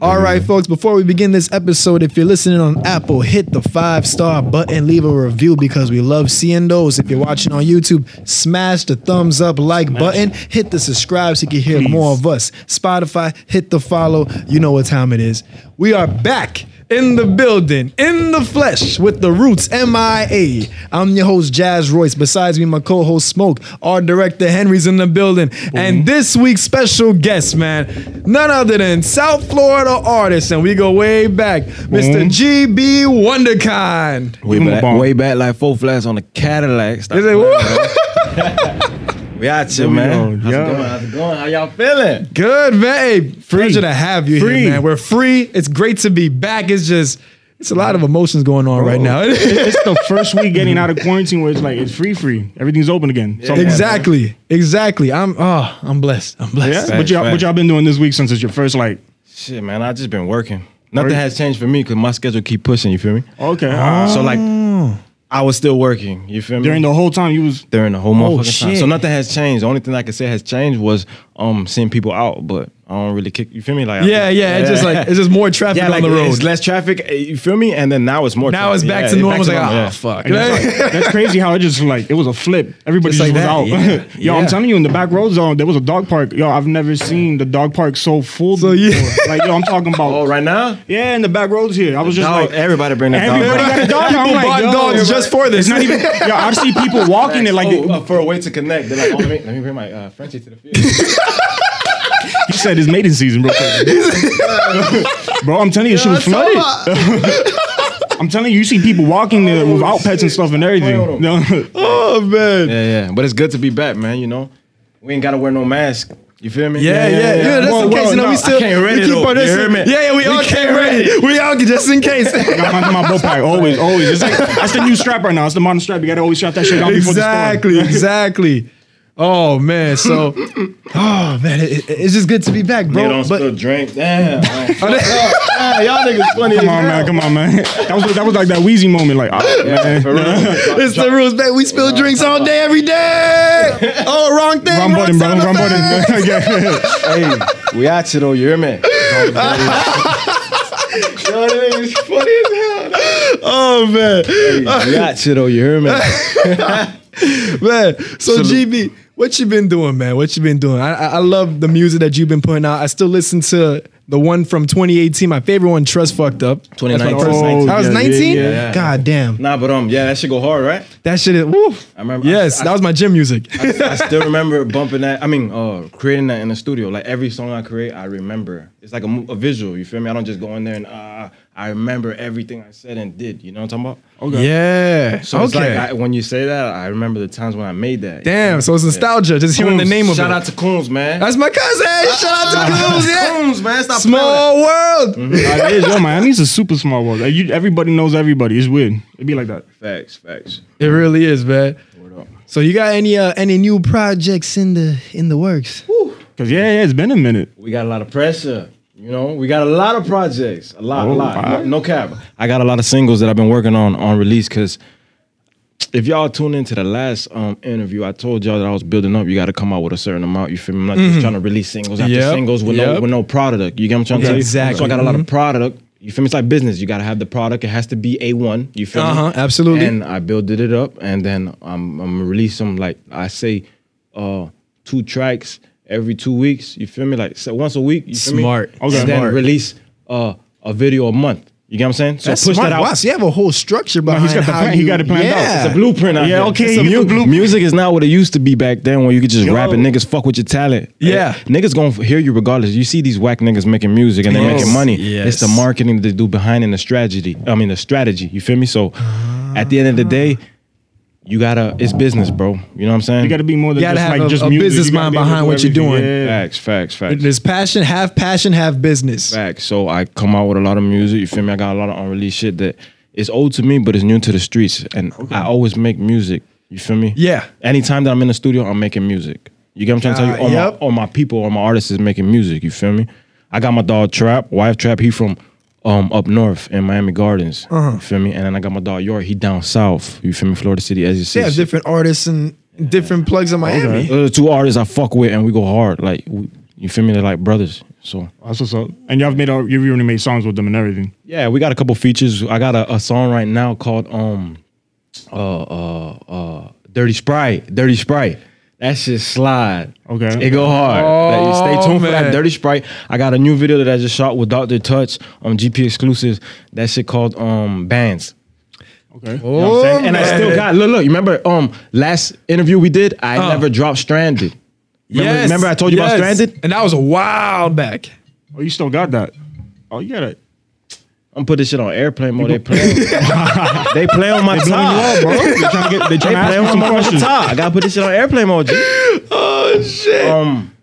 right, folks, before we begin this episode, if you're listening on Apple, hit the five star button, leave a review because we love seeing those. If you're watching on YouTube, smash the thumbs up, like button, hit the subscribe so you can hear more of us. Spotify, hit the follow. You know what time it is. We are back in the building, in the flesh, with the roots MIA. I'm your host, Jazz Royce. Besides me, my co host, Smoke, our director, Henry's in the building. And this week's special guest, man, none other than South Florida artist, and we go way back, Mr. GB Wonderkind. Way Give him a back, bomb. way back, like four flats on the Cadillac. Stop Is it- playing, man. we out here, man. on? How's Yeah. it going? How's it going? How y'all feeling? Good, man. Hey, pleasure to have you Free. here, man. We're free. It's great to be back. It's just, it's a lot of emotions going on right now. it's the first week getting out of quarantine where it's like it's free, free. Everything's open again. Something like that. Exactly. Exactly. I'm oh, I'm blessed. I'm blessed. Yeah. What y'all, what y'all been doing this week since it's your first like? Shit, man. I just been working. Nothing Work- has changed for me because my schedule keep pushing. You feel me? Okay. Ah. So like, I was still working. You feel me? during the whole time you was during the whole motherfucking time. Oh, shit. So nothing has changed. The only thing I can say has changed was um seeing people out, but I don't really kick. You feel me? Like I- Yeah, yeah. It's just like it's just more traffic Yeah, on like the road. it's less traffic. eh, You feel me? And then now it's more. now traffic. it's back Yeah, to normal. It's like, normal, oh yeah. fuck. that's crazy how it just like it was a flip. Everybody Just just, like was that, out. yeah. Yo, Yeah. I'm telling you, in the back road zone, there was a dog park. Yo, I've never seen the dog park so full. So, yeah. before. like yo, I'm talking about. Oh, right now. Yeah, in the back roads here. I was just Dog- like, everybody bring that dog everybody got back. a dog. I'm People like, bought yo, dogs just for this. It's not even. Yo, I see people walking it like oh, they- uh, for a way to connect. They're like, oh, let me, let me bring my uh, Frenchie to the field. You said it's mating season, bro. bro, I'm telling you, she was flooded. I'm telling you, you see people walking there without pets and stuff and everything. Hold No. oh man. yeah, yeah. But it's good to be back, man. You know, we ain't gotta wear no mask. You feel me? Yeah, yeah, yeah. That's Whoa, in case. whoa, you know, no, we I still can't read we it keep though. on this. You hear me? Yeah, yeah. We, all came ready. We all just in case. Got my, my bow pipe. Always, always. It's like that's the new strap right now. It's the modern strap. You gotta always strap that shit down before exactly. Exactly. Oh man. So. Oh man, it, it- it's just good to be back, They bro. don't But still drink. Damn. man. Are they- Ah, y'all niggas funny. the storm. Come on, man. Come on, man. That was that was like that Wheezy moment. Like, ah, man. For real. it's the rules, man. We spill drinks all day, every day. Oh, wrong thing. Wrong button, bro. side of Wrong the bag. button. Yeah. hey, we out you though. You hear me? Y'all niggas funny as hell. Oh man. Hey, we out you though. You hear me? man. So GB, what you been doing, man? What you been doing? I, I I love the music that you've been putting out. I still listen to the one from 2018, my favorite one, Trust Fucked Up. That's my 2019. first- Oh, that was yeah, yeah, 19. yeah, yeah. God damn, Nah, but um, yeah, that should go hard, right? that shit is. Woo. I remember- Yes, I- I- that was my gym music. I still remember bumping that. I mean, uh, creating that in the studio. Like every song I create, I remember. It's like a, mo- a visual. You feel me? I don't just go in there and uh, I remember everything I said and did. You know what I'm talking about? Yeah. So it's like I, when you say that, I remember the times when I made that. damn. So it's nostalgia. Just hearing the Coons, name of Shout it. out to ah, Coons, man. That's my cousin. Shout out to Coons. Yeah. Coons, man. Stop Small world. Nah, it is. Yo, Miami's a super small world. Like, you, everybody knows everybody. It's weird. It'd be like that. playing. Facts, facts. It really is, man. Word up. So you got any uh, any new projects in the in the works? Cause yeah, yeah, it's been a minute. We got a lot of pressure. You know, we got a lot of projects. A lot, a Oh, lot. No, alright. no cap. I got a lot of singles that I've been working on on release because if y'all tune into the last um, interview, I told y'all that I was building up. You got to come out with a certain amount. You feel me? I'm not just trying to release singles after Mm-hmm. Yep, singles with yep. no with no product. You get what I'm trying to tell you? Exactly. Mm-hmm. So I got a lot of product. You feel me? It's like business. You got to have the product. It has to be a one. You feel Uh-huh, me? absolutely. And I builded it up, and then I'm I'm release them like I say, uh, two tracks every two weeks. You feel me? Like so once a week. You feel me? Smart. And Okay. then Smart. release uh, a video a month. You get what I'm saying? So That's push smart. that out. Wow, so you have a whole structure behind he's got the how plan- you. he got it planned out. yeah. It's a blueprint out Yeah, here. okay, It's a you mu- the blueprint. music is not what it used to be back then when you could just Yo. rap and niggas fuck with your talent. Yeah. Eh, Niggas gonna f- hear you regardless. You see these whack niggas making music and they Yes, making money. yes. It's the marketing they do behind and the strategy. I mean the strategy. You feel me? So at the end of the day, you gotta it's business, bro. You know what I'm saying? You gotta be more than You gotta just have like a- just a music. business You gotta mind be able to behind do what you're everything. doing. Yeah. facts, facts, facts. There's passion, have passion, have business. Facts. So I come out with a lot of music. You feel me? I got a lot of unreleased shit that is old to me, but it's new to the streets. And I always make music. You feel me? Yeah. Anytime that I'm in the studio, I'm making music. You get what I'm trying to Uh, tell you? All, yep. my, all my people, all my artists is making music. You feel me? I got my dog Trap, Wife Trap. He from um, up north in Miami Gardens. You feel me? And then I got my dog York. He down south. You feel me? Florida City, as you They see. have different artists and different plugs in Miami. Those are the two artists I fuck with, and we go hard. Like we, you feel me? They're like brothers. So That's what's up. And y'all have made out, you've already made songs with them and everything. yeah, we got a couple features. I got a, a song right now called um uh uh uh Dirty Sprite. Dirty Sprite. That shit slide. Okay. It go hard. Like, Oh, stay tuned for man. that Dirty Sprite. I got a new video that I just shot with Dr. Touch on GP exclusives. That shit called um Bands. Okay. You know what I'm saying? and I man. still got look look. You remember um last interview we did? I Uh. never dropped Stranded. Remember, Yes, remember I told you about yes. Stranded? and that was a while back. Oh, you still got that? Oh, you got it. I'm putting this shit on airplane mode. They play, they play on my top. bro. They're trying to get, they're trying to They play ask you on some my questions. top. I gotta put this shit on airplane mode. G. Oh shit! Um,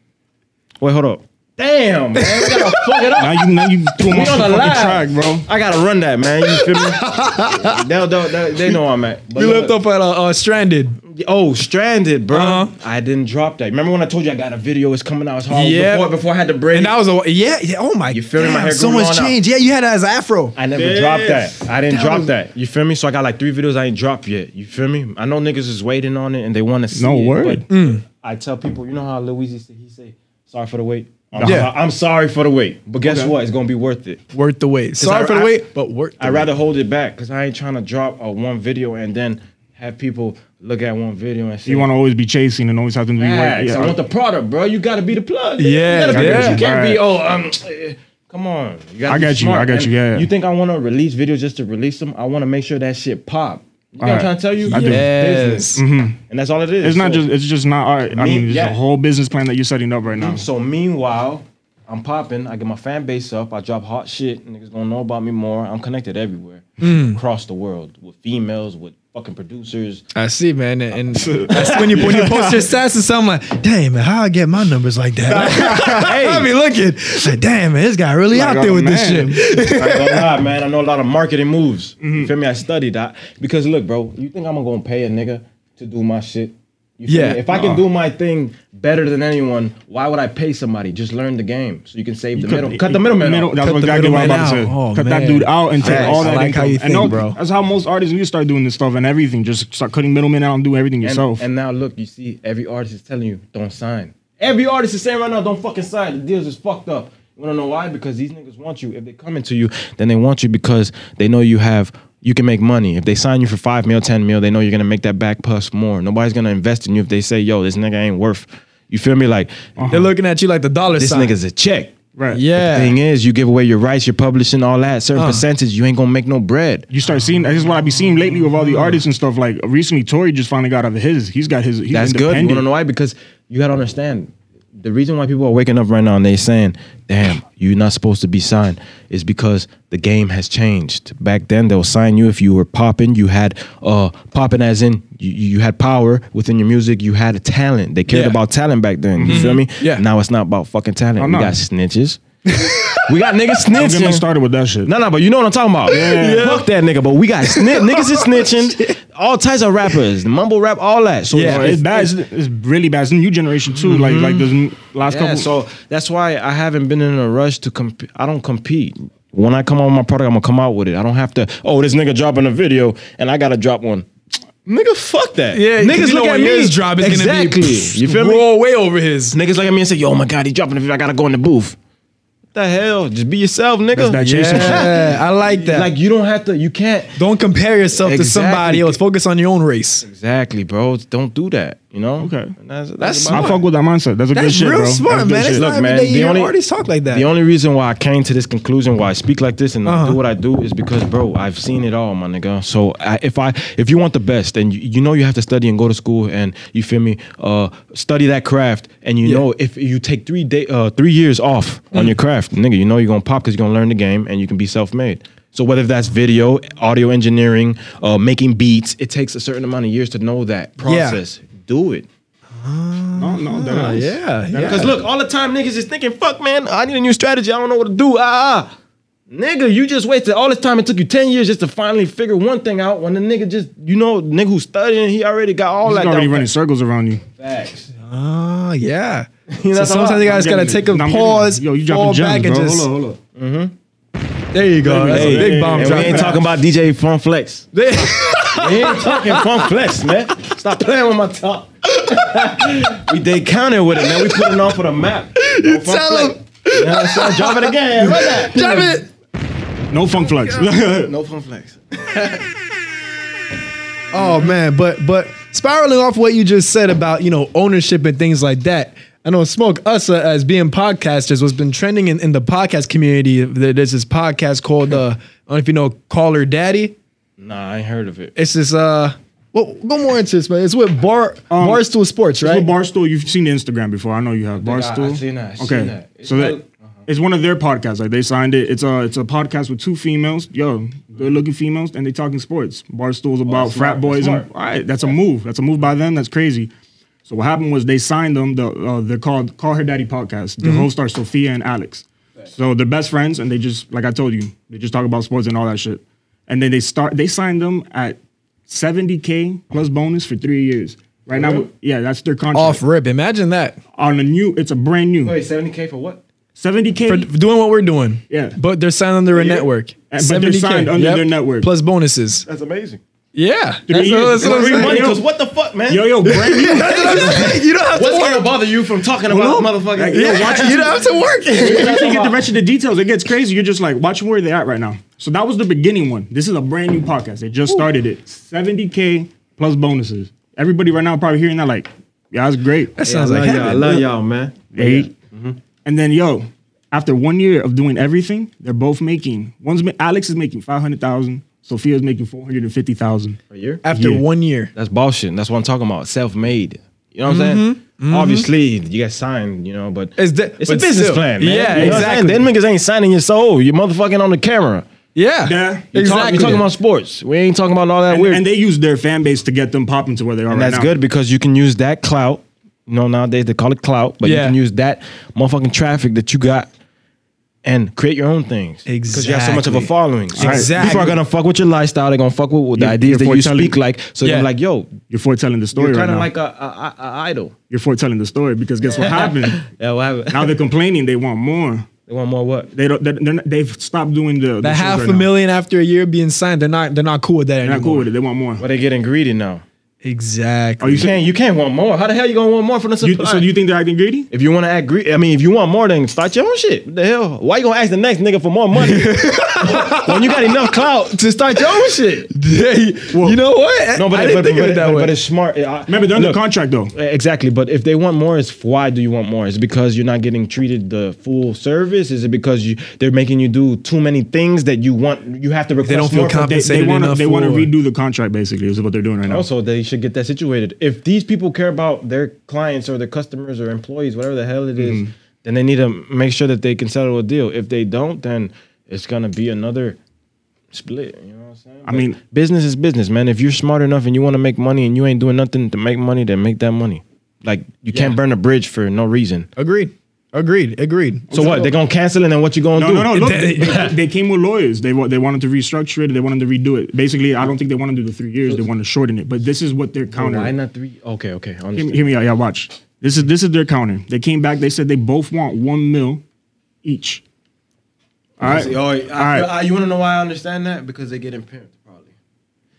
wait, hold up. Damn, man, we gotta fuck it Now up. you, now you threw him We off the on fucking the live. track, bro. I gotta run that, man. You feel me? they, don't- they, they know I'm at. But we look, left up at uh, uh, stranded. Oh, stranded, bro. Uh-huh. I didn't drop that. Remember when I told you I got a video? It's coming out. It's hard. Yeah. Before, before I had to break. And that was a yeah, yeah. Oh my, You feeling my damn, hair So grew much long out. change. Yeah, you had it as an afro. I never Damn. dropped that. I didn't That drop was- that. You feel me? So I got like three videos I ain't dropped yet. You feel me? I know niggas is waiting on it and they want to see No it, word. but Mm. I tell people, you know how Luigi said he say, sorry for the wait. I'm, Yeah. I'm sorry for the wait. But guess Okay. what? It's gonna be worth it. Worth the wait. Sorry I- for the I- wait, but worth. The I'd wait. rather hold it back because I ain't trying to drop a one video and then have people look at one video and say, You want to always be chasing and always have them to be waiting. Facts. I Yeah. want the product, bro. You gotta be the plug. Yeah, you, gotta be- yeah. you can't Right. be. Oh, um, eh, come on. You gotta I be got you, smart. I got And you, yeah. You think I want to release videos just to release them? I want to make sure that shit pop. You know what Alright. I'm trying to tell you? I do. Yes. Business. And that's all it is. It's not So- just. It's just not art. I Me- mean, it's yeah. a whole business plan that you're setting up right now. So meanwhile, I'm popping. I get my fan base up. I drop hot shit. Niggas gonna know about me more. I'm connected everywhere across the world with females, with fucking producers. I see, man. And, and I see when you when you post your stats and something like, damn man, how I get my numbers like that? hey. I be looking like, damn man, this guy really Like out a there with man. this shit. I ain't gonna lie, man. I know a lot of marketing moves. You feel me? I studied that because look, bro. You think I'm gonna pay a nigga to do my shit? You feel Yeah. me? If I can do my thing better than anyone, why would I pay somebody? Just learn the game so you can save the middle. Cut the middleman. Middle- off. That's Cut the exactly what I'm middleman about to out. say. Oh, cut that man. dude out and take Yes, all I that like income. how you and think, bro. That's how most artists need to start doing this stuff and everything. Just start cutting middlemen out and do everything And, yourself. and now look, you see, every artist is telling you don't sign. Every artist is saying right now, don't fucking sign. The deals is fucked up. You wanna know why? Because these niggas want you. If they coming to you, then they want you because they know you have you can make money. If they sign you for five mil, ten mil, they know you're gonna make that back plus more. Nobody's gonna invest in you if they say, yo, this nigga ain't worth. You feel me? Like They're looking at you like the dollar this sign. nigga's a check. Uh-huh. right. yeah. Thing is, you give away your rights, your publishing, all that certain percentage, you ain't gonna make no bread. You start seeing. This is what I be seeing lately with all the artists and stuff. Like recently, Tory just finally got out of his. He's got his. He's That's good. You independent. want to know why? Because you got to understand the reason why people are waking up right now and they saying, "Damn, you're not supposed to be signed," is because the game has changed. Back then, they'll sign you if you were popping. You had uh popping as in you, you had power within your music. You had a talent. They cared Yeah. about talent back then. You feel me? Yeah. Now it's not about fucking talent. Mm-hmm. I'm we not. got snitches. we got niggas snitching. Don't get me started with that shit. No, no, but you know what I'm talking about. Fuck that nigga. But we got snitch niggas is snitching. all types of rappers, the mumble rap, all that. So Yeah, Bro, it's bad. It's, it's really bad. It's new generation too. Like like this n- Mm-hmm. last Yeah, couple. so that's why I haven't been in a rush to compete. I don't compete. When I come out with my product, I'm gonna come out with it. I don't have to. Oh, this nigga dropping a video, and I gotta drop one. Nigga, fuck that. Yeah, 'cause niggas you know look at when me. His drop is exactly. gonna be you feel me? roll way over his. Niggas look at me and say, "Yo, oh my god, he dropping a video. I gotta go in the booth." What the hell? Just be yourself, nigga. that chasing Yeah, I like that. Like you don't have to. You can't. don't compare yourself to somebody Exactly. else. Focus on your own race. Exactly, bro. Don't do that. You know. Okay. And That's, That's about I it. fuck with that mindset. That's a good That's shit, real bro. smart, That's good man. It's shit. not- Look, every man, day you the hear only artists talk like that. The only reason why I came to this conclusion, why I speak like this and Uh-huh. do what I do, is because, bro, I've seen it all, my nigga. So I, if I, if you want the best, and you, you know you have to study and go to school, and you feel me, uh, study that craft, and you Yeah. Mm. know if you take three day, uh, three years off on your craft, nigga, you know you're gonna pop because you're gonna learn the game and you can be self made. So whether that's video, audio engineering, uh, making beats, it takes a certain amount of years to know that process. Do it. No, Oh, no, that is. Ah, yeah, yeah. Because look, all the time niggas is thinking, fuck man, I need a new strategy. I don't know what to do. Ah, ah. Nigga, you just wasted all this time. It took you 10 years just to finally figure one thing out when the nigga just, you know, nigga who's studying, he already got all He's that. already uh, down running pat. circles around you. Facts. Ah, yeah. so know, that's a lot. sometimes you I'm guys gotta Getting take it. a No, I'm getting it. pause, Yo, you fall dropping gems, back, bro. and just Hold on, hold on. there you go. That's Hey, a big bomb and drop. we ain't talking about DJ Fun Flex. There- We ain't talking Fun Flex, man. Stop playing with my top. we they counted with it, man. We putting on for the map. You Tell him. You know what I'm saying? Drop it again. Run that. Drop it. No funk flex. No fun flex. Oh Mm-hmm. man, but but spiraling off what you just said about you know ownership and things like that. I know Smoke us uh, as being podcasters was been trending in, in the podcast community. There- There's this podcast called uh, I don't know if you know Caller Daddy. Nah, I ain't heard of it. It's this uh, well, go more into this, man. It's with Bar Um, Barstool Sports, It's right? with Barstool. You've seen the Instagram before. I know you have I- Barstool. I've seen that, I've okay, seen that. It's so that like- uh-huh. it's one of their podcasts. Like they signed it. It's a it's a podcast with two females. Yo, good looking females, and they talking sports. Barstool's about that's frat Oh, smart, boys. that's And, all smart. right, that's a move. That's a move by them. That's crazy. So what happened was they signed them. The, uh, they're called Call Her Daddy podcast. Mm-hmm. The hosts are Sophia and Alex. So they're best friends, and they just like I told you, they just talk about sports and all that shit. And then they start. They signed them at 70k plus bonus for three years. Right now, yeah, that's their contract Off rip. Imagine that on a new. It's a brand new Wait, 70k for what? seventy k. for doing what we're doing. Yeah. but they're signed under a Yeah. network. Uh, but they're 70K, signed under their network. plus bonuses. That's amazing. Yeah, Three years. that's what I'm saying. Three months. Money, cause what the fuck, man? Yo, yo, brand new. You don't have to What's work. gonna bother you from talking about motherfucking? Yo, Yeah, watch you don't have to work. you can't get the rest of the details. It gets crazy. You're just like, watch where they're at right now. So that was the beginning one. This is a brand new podcast. They just started it. Seventy k plus bonuses. Everybody right now probably hearing that like, yeah, that's great. That sounds I love like y'all. I heaven. love y'all, man. eight. Mm-hmm. And then yo, after one year of doing everything, they're both making. One's ma- Alex is making five hundred thousand. Sophia's making four hundred and fifty thousand. A year? After Yeah. one year. That's bullshit. That's what I'm talking about. Self-made. You know what I'm saying? Obviously, you get signed, you know, but Mm-hmm. It's de- it's a but business still. plan, Yeah, man. You know what I'm exactly. saying? Them niggas ain't signing your soul. You're motherfucking on the camera. Yeah. Yeah. You're Exactly. Talk, you're talking about sports. We ain't talking about all that And, weird. and they use their fan base to get them popping to where they are And right that's now. good because you can use that clout. You know, nowadays they call it clout, but you Yeah. can use that motherfucking traffic that you got and create your own things. Because you have so much of a Exactly. following. So Exactly. People are gonna fuck with your lifestyle. They're gonna fuck with, with the You're- ideas that you're you foretelling- speak like. So Yeah. they're like, yo, You're foretelling the story you're right kind of now. like a, a, a, a idol. you're foretelling the story because guess what happened? Yeah, what happened? now they're complaining they want more. They want more what? They don't. They're, they're not, they have stopped doing the. The half a million after a year being signed, they're not they're not cool with that They're anymore. not cool with it. They want more. But they getting greedy now. Exactly. Are you You can't. saying? You can't want more. How the hell you gonna want more from the You, supply? so do you think they're acting greedy? if you want to act greedy, I mean, if you want more, then start your own shit. What the hell? Why you gonna ask the next nigga for more money when you got enough clout to start your own shit? you know what? No, but, I didn't but, think of but- it that but- way. but it's smart. I- Remember, they're under look, contract though. Eh, Exactly, but if they want more, it's why do you want more? Is it because you're not getting treated the full service? Is it because you they're making you do too many things that you want? You have to request don't feel more from- They, they compensated want to. enough They want to for- redo the contract. Basically, is what they're doing right now. Also, they should get that situated. If these people care about their clients or their customers or employees, whatever the hell it is, Mm-hmm. then they need to make sure that they can settle a deal. If they don't, then it's gonna be another split. You know what I'm saying? I mean- business is business, man. If you're smart enough and you want to make money and you ain't doing nothing to make money, then make that money. Like you can't burn a bridge for no reason. agreed. Agreed. Agreed. So what? They gonna cancel it, and what you gonna No, do? no, no. Look, They- they, they came with lawyers. They wa- they wanted to restructure it. They wanted to redo it. Basically, I don't think they want to do the three years. They want to shorten it. But this is what they're countering. Why not three? Okay, okay. I Hear understand. me, hear me out. Yeah, watch. This is this is their counter. They came back. They said they both want one mil each. All right. See, oh, I- All right. I- you wanna know why I understand that? Because they getting pimped, probably.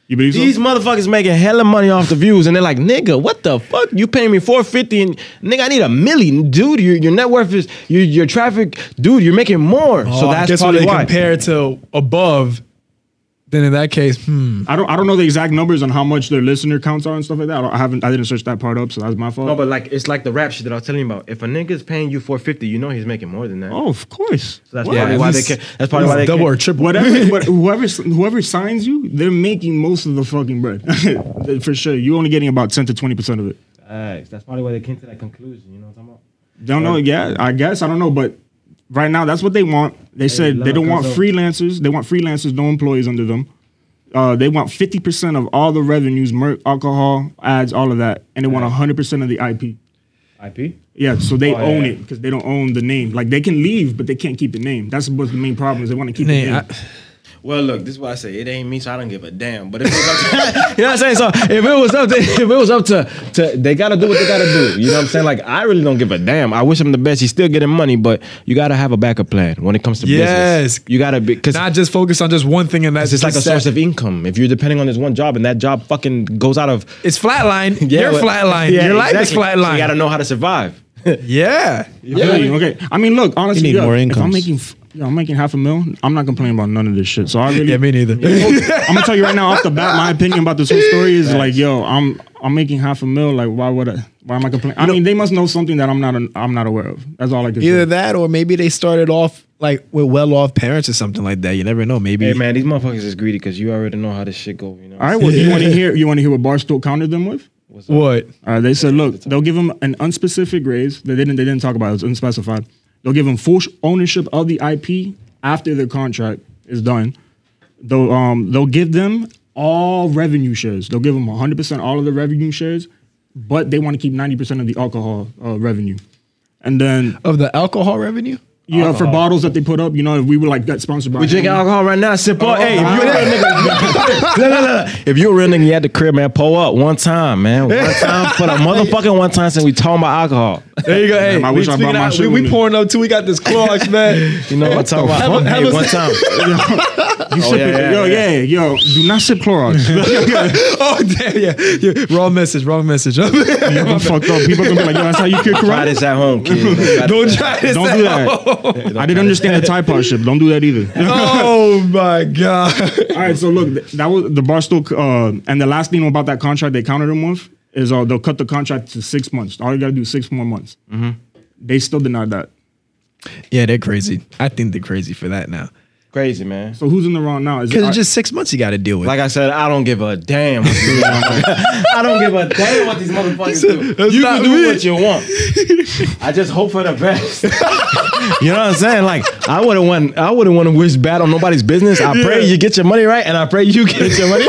you believe so? These motherfuckers making hella money off the views, and they're like, "Nigga, what the fuck? You paying me four fifty, and nigga, I need a million, dude. Your, your net worth is your your traffic, dude. You're making more, so Oh, I that's guess probably when they why. compare to above, then in that case, hmm. I don't I don't know the exact numbers on how much their listener counts are and stuff like that. I, don't, I haven't I didn't search that part up, so that's my fault. no, but like it's like the rap shit that I was telling you about. If a nigga's paying you four fifty, you know he's making more than that. oh, of course. So that's What? probably at why least- they can. That's probably at why they least double can- or triple. Whatever, what, whoever whoever signs you, they're making most of the fucking bread for sure. You're only getting about ten to twenty percent of it. Facts. That's probably why they came to that conclusion. You know what I'm talking about? Don't know. Yeah, I guess I don't know, but right now that's what they want. They said they love don't want comes up. freelancers. They want freelancers, no employees under them. Uh, they want fifty percent of all the revenues, merch, alcohol, ads, all of that, and they want hundred percent of the IP. IP. Yeah, so they Oh, own yeah. it because they don't own the name. Like they can leave, but they can't keep the name. That's what's the main problem. Is they want to keep the Nay, name. I- Well, look, this is why I say it ain't me, so I don't give a damn. But if it was up to, you know what I'm saying, so if it was up to, if it was up to, to, they gotta do what they gotta do. You know what I'm saying? Like I really don't give a damn. I wish him the best. He's still getting money, but you gotta have a backup plan when it comes to Yes. business. You gotta be because not just focus on just one thing, and that's it's like a just source that. of income. If you're depending on this one job and that job fucking goes out of It's flatline. Yeah, You're well- flatline. Yeah, Your life exactly. is flatline. You gotta know how to survive. Yeah. I feel you. Okay. I mean, look, honestly, need yo, more if I'm incomes. making, f- yo, I'm making half a mil. I'm not complaining about none of this shit. So I really, Yeah, me neither. I'm gonna tell you right now, off the bat, my opinion about this whole story is like, yo, I'm I'm making half a mil. Like, why would I? Why am I complaining? I mean, they must know something that I'm not I'm not aware of. That's all I can Either say. that or maybe they started off like with well off parents or something like that. You never know. Maybe Hey man, these motherfuckers is greedy because you already know how this shit go. You know. All right. Well, you want to hear you want to hear what Barstool countered them with? What's up? what? Uh, they said, look, they'll give him an unspecific raise. They didn't. They didn't talk about it. It's unspecified. They'll give him full sh- ownership of the IP after their contract is done. They'll um they'll give them all revenue shares. They'll give them 100 percent all of the revenue shares, but they want to keep 90 percent of the alcohol uh, revenue. And then Of the alcohol revenue? you know for bottles that they put up, you know, if we were like that sponsored by We drinking alcohol right now. Sip up. Hey, if you a real nigga, no, no, no. If you a real nigga, you had the crib, man. Pull up one time, man. One time for the motherfucking one time since we talking about alcohol. There you go. Hey, I wish I brought my out- shit we, with we me. pouring up too. We got this Clorox, man. You know what I'm talking about? Have a- have hey, a- one time. Oh, You sip yeah, it. yeah, yo, yeah. yeah, yo, do not sip Clorox. oh damn, yeah, yeah. Wrong message. Wrong message. You're gonna fucked up. People are gonna be like, yo, that's how you cure Try karate. this at home, kid. Don't try this. Don't do that. I didn't understand the type partnership. Don't do that either. Oh my god. All right, so look, th- that was the Barstool, uh, and the last thing about that contract they countered him with is uh, they'll cut the contract to six months. All you gotta do is six more months. Mm-hmm. They still denied that. Yeah, they're crazy. I think they're crazy for that now. Crazy, man. So who's in the wrong now? Is Because I- it's just six months you got to deal with. Like I said, I don't give a damn. I don't give a damn what these motherfuckers do. "That's You not can do me." what you want. I just hope for the best. you know what I'm saying? Like I wouldn't want I wouldn't want to wish bad on nobody's business. I pray you get your money right, and I pray you get your money.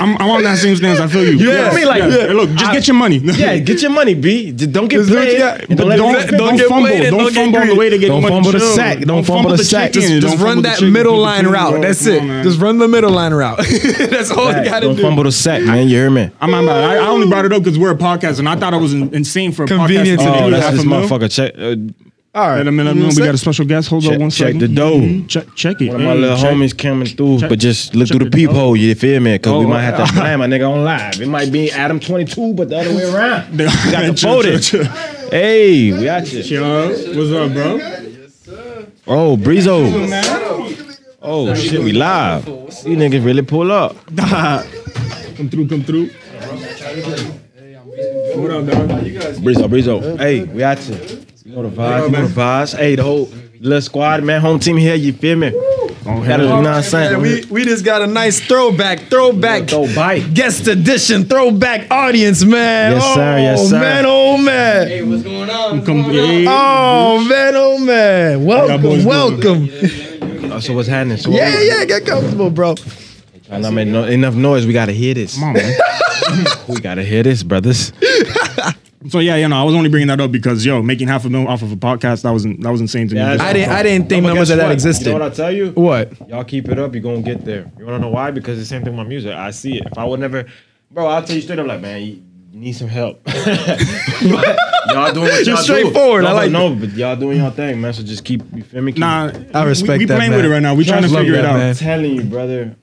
I'm, I'm on that same stance. I feel you. know what I mean? Like, Hey, look, just I- get your money. yeah, get your money, B. Just don't get Just do what played. you got. and Don't, But let it don't, get don't, played. fumble. played and Don't, don't get fumble on the greedy. way to get Don't money. fumble the Chill. sack. Don't fumble the sack. chicken. Just- Don't Just run fumble the that chicken. middle Keep it line clean, route. bro. That's Come it. on, man. Just run the middle line route. That's all you got to Don't do. fumble the sack, man. You hear me? I'm not mad. I, I only brought it up because we're a podcast, and I thought I was in, insane for a Convenience podcast. and to Oh, do that's half this a mil. motherfucker. Check. Uh, All right. Wait a minute, You know man. what Mm-hmm. We I'm got a special guest. Hold Check- on one check second. the dough. Mhm. Check, check it. One of my Hey, little check- homies coming through, check- but just look check through the the dough. peephole. You feel me? Because we Oh, might have to okay. blame my nigga on live. It might be Adam 22, but the other way around. They- We got to Chill, fold it. chill, chill. Hey, we out here. Yo, what's up, bro? Oh, Brizo. Oh, shit, we live. These niggas really pull up. Come through, come through. What up, dog? Brizo, Brizo. Hey, we out here. You know the vibes, you know the vibes. Hey, the whole little squad, man, home team here, you feel me? Gotta, you know what I'm saying? saying? We, we just got a nice throwback, throwback Throw bite. guest edition, throwback audience, man. Yes, sir. Yes, Oh, sir. man. Oh, man. Hey, what's going on? What's Come, going on? Oh man, oh man. boys Welcome, doing? welcome. Oh, so what's happening? So Yeah, yeah, get comfortable, bro. I know I made no, enough noise. We gotta hear this. Come on, man. We gotta hear this, brothers. So yeah, you know, I was only bringing that up because yo, making half a mil off of a podcast, that was that was insane to me. Yeah, I didn't I didn't think But numbers guess of that what? existed. You know what I tell you? what? Y'all keep it up, you're gonna get there. You wanna know why? Because it's the same thing with my music. I see it. If I would never, bro, I'll tell you straight up, like, man, you need some help. But y'all doing what y'all You're straightforward. Do. I No, but like no, but y'all doing y'all thing, man. So just keep, you feel me? Keep, Nah, I respect we, we that, playing man. with it right now. We trying to Love figure it that, out. man. I'm telling you, brother,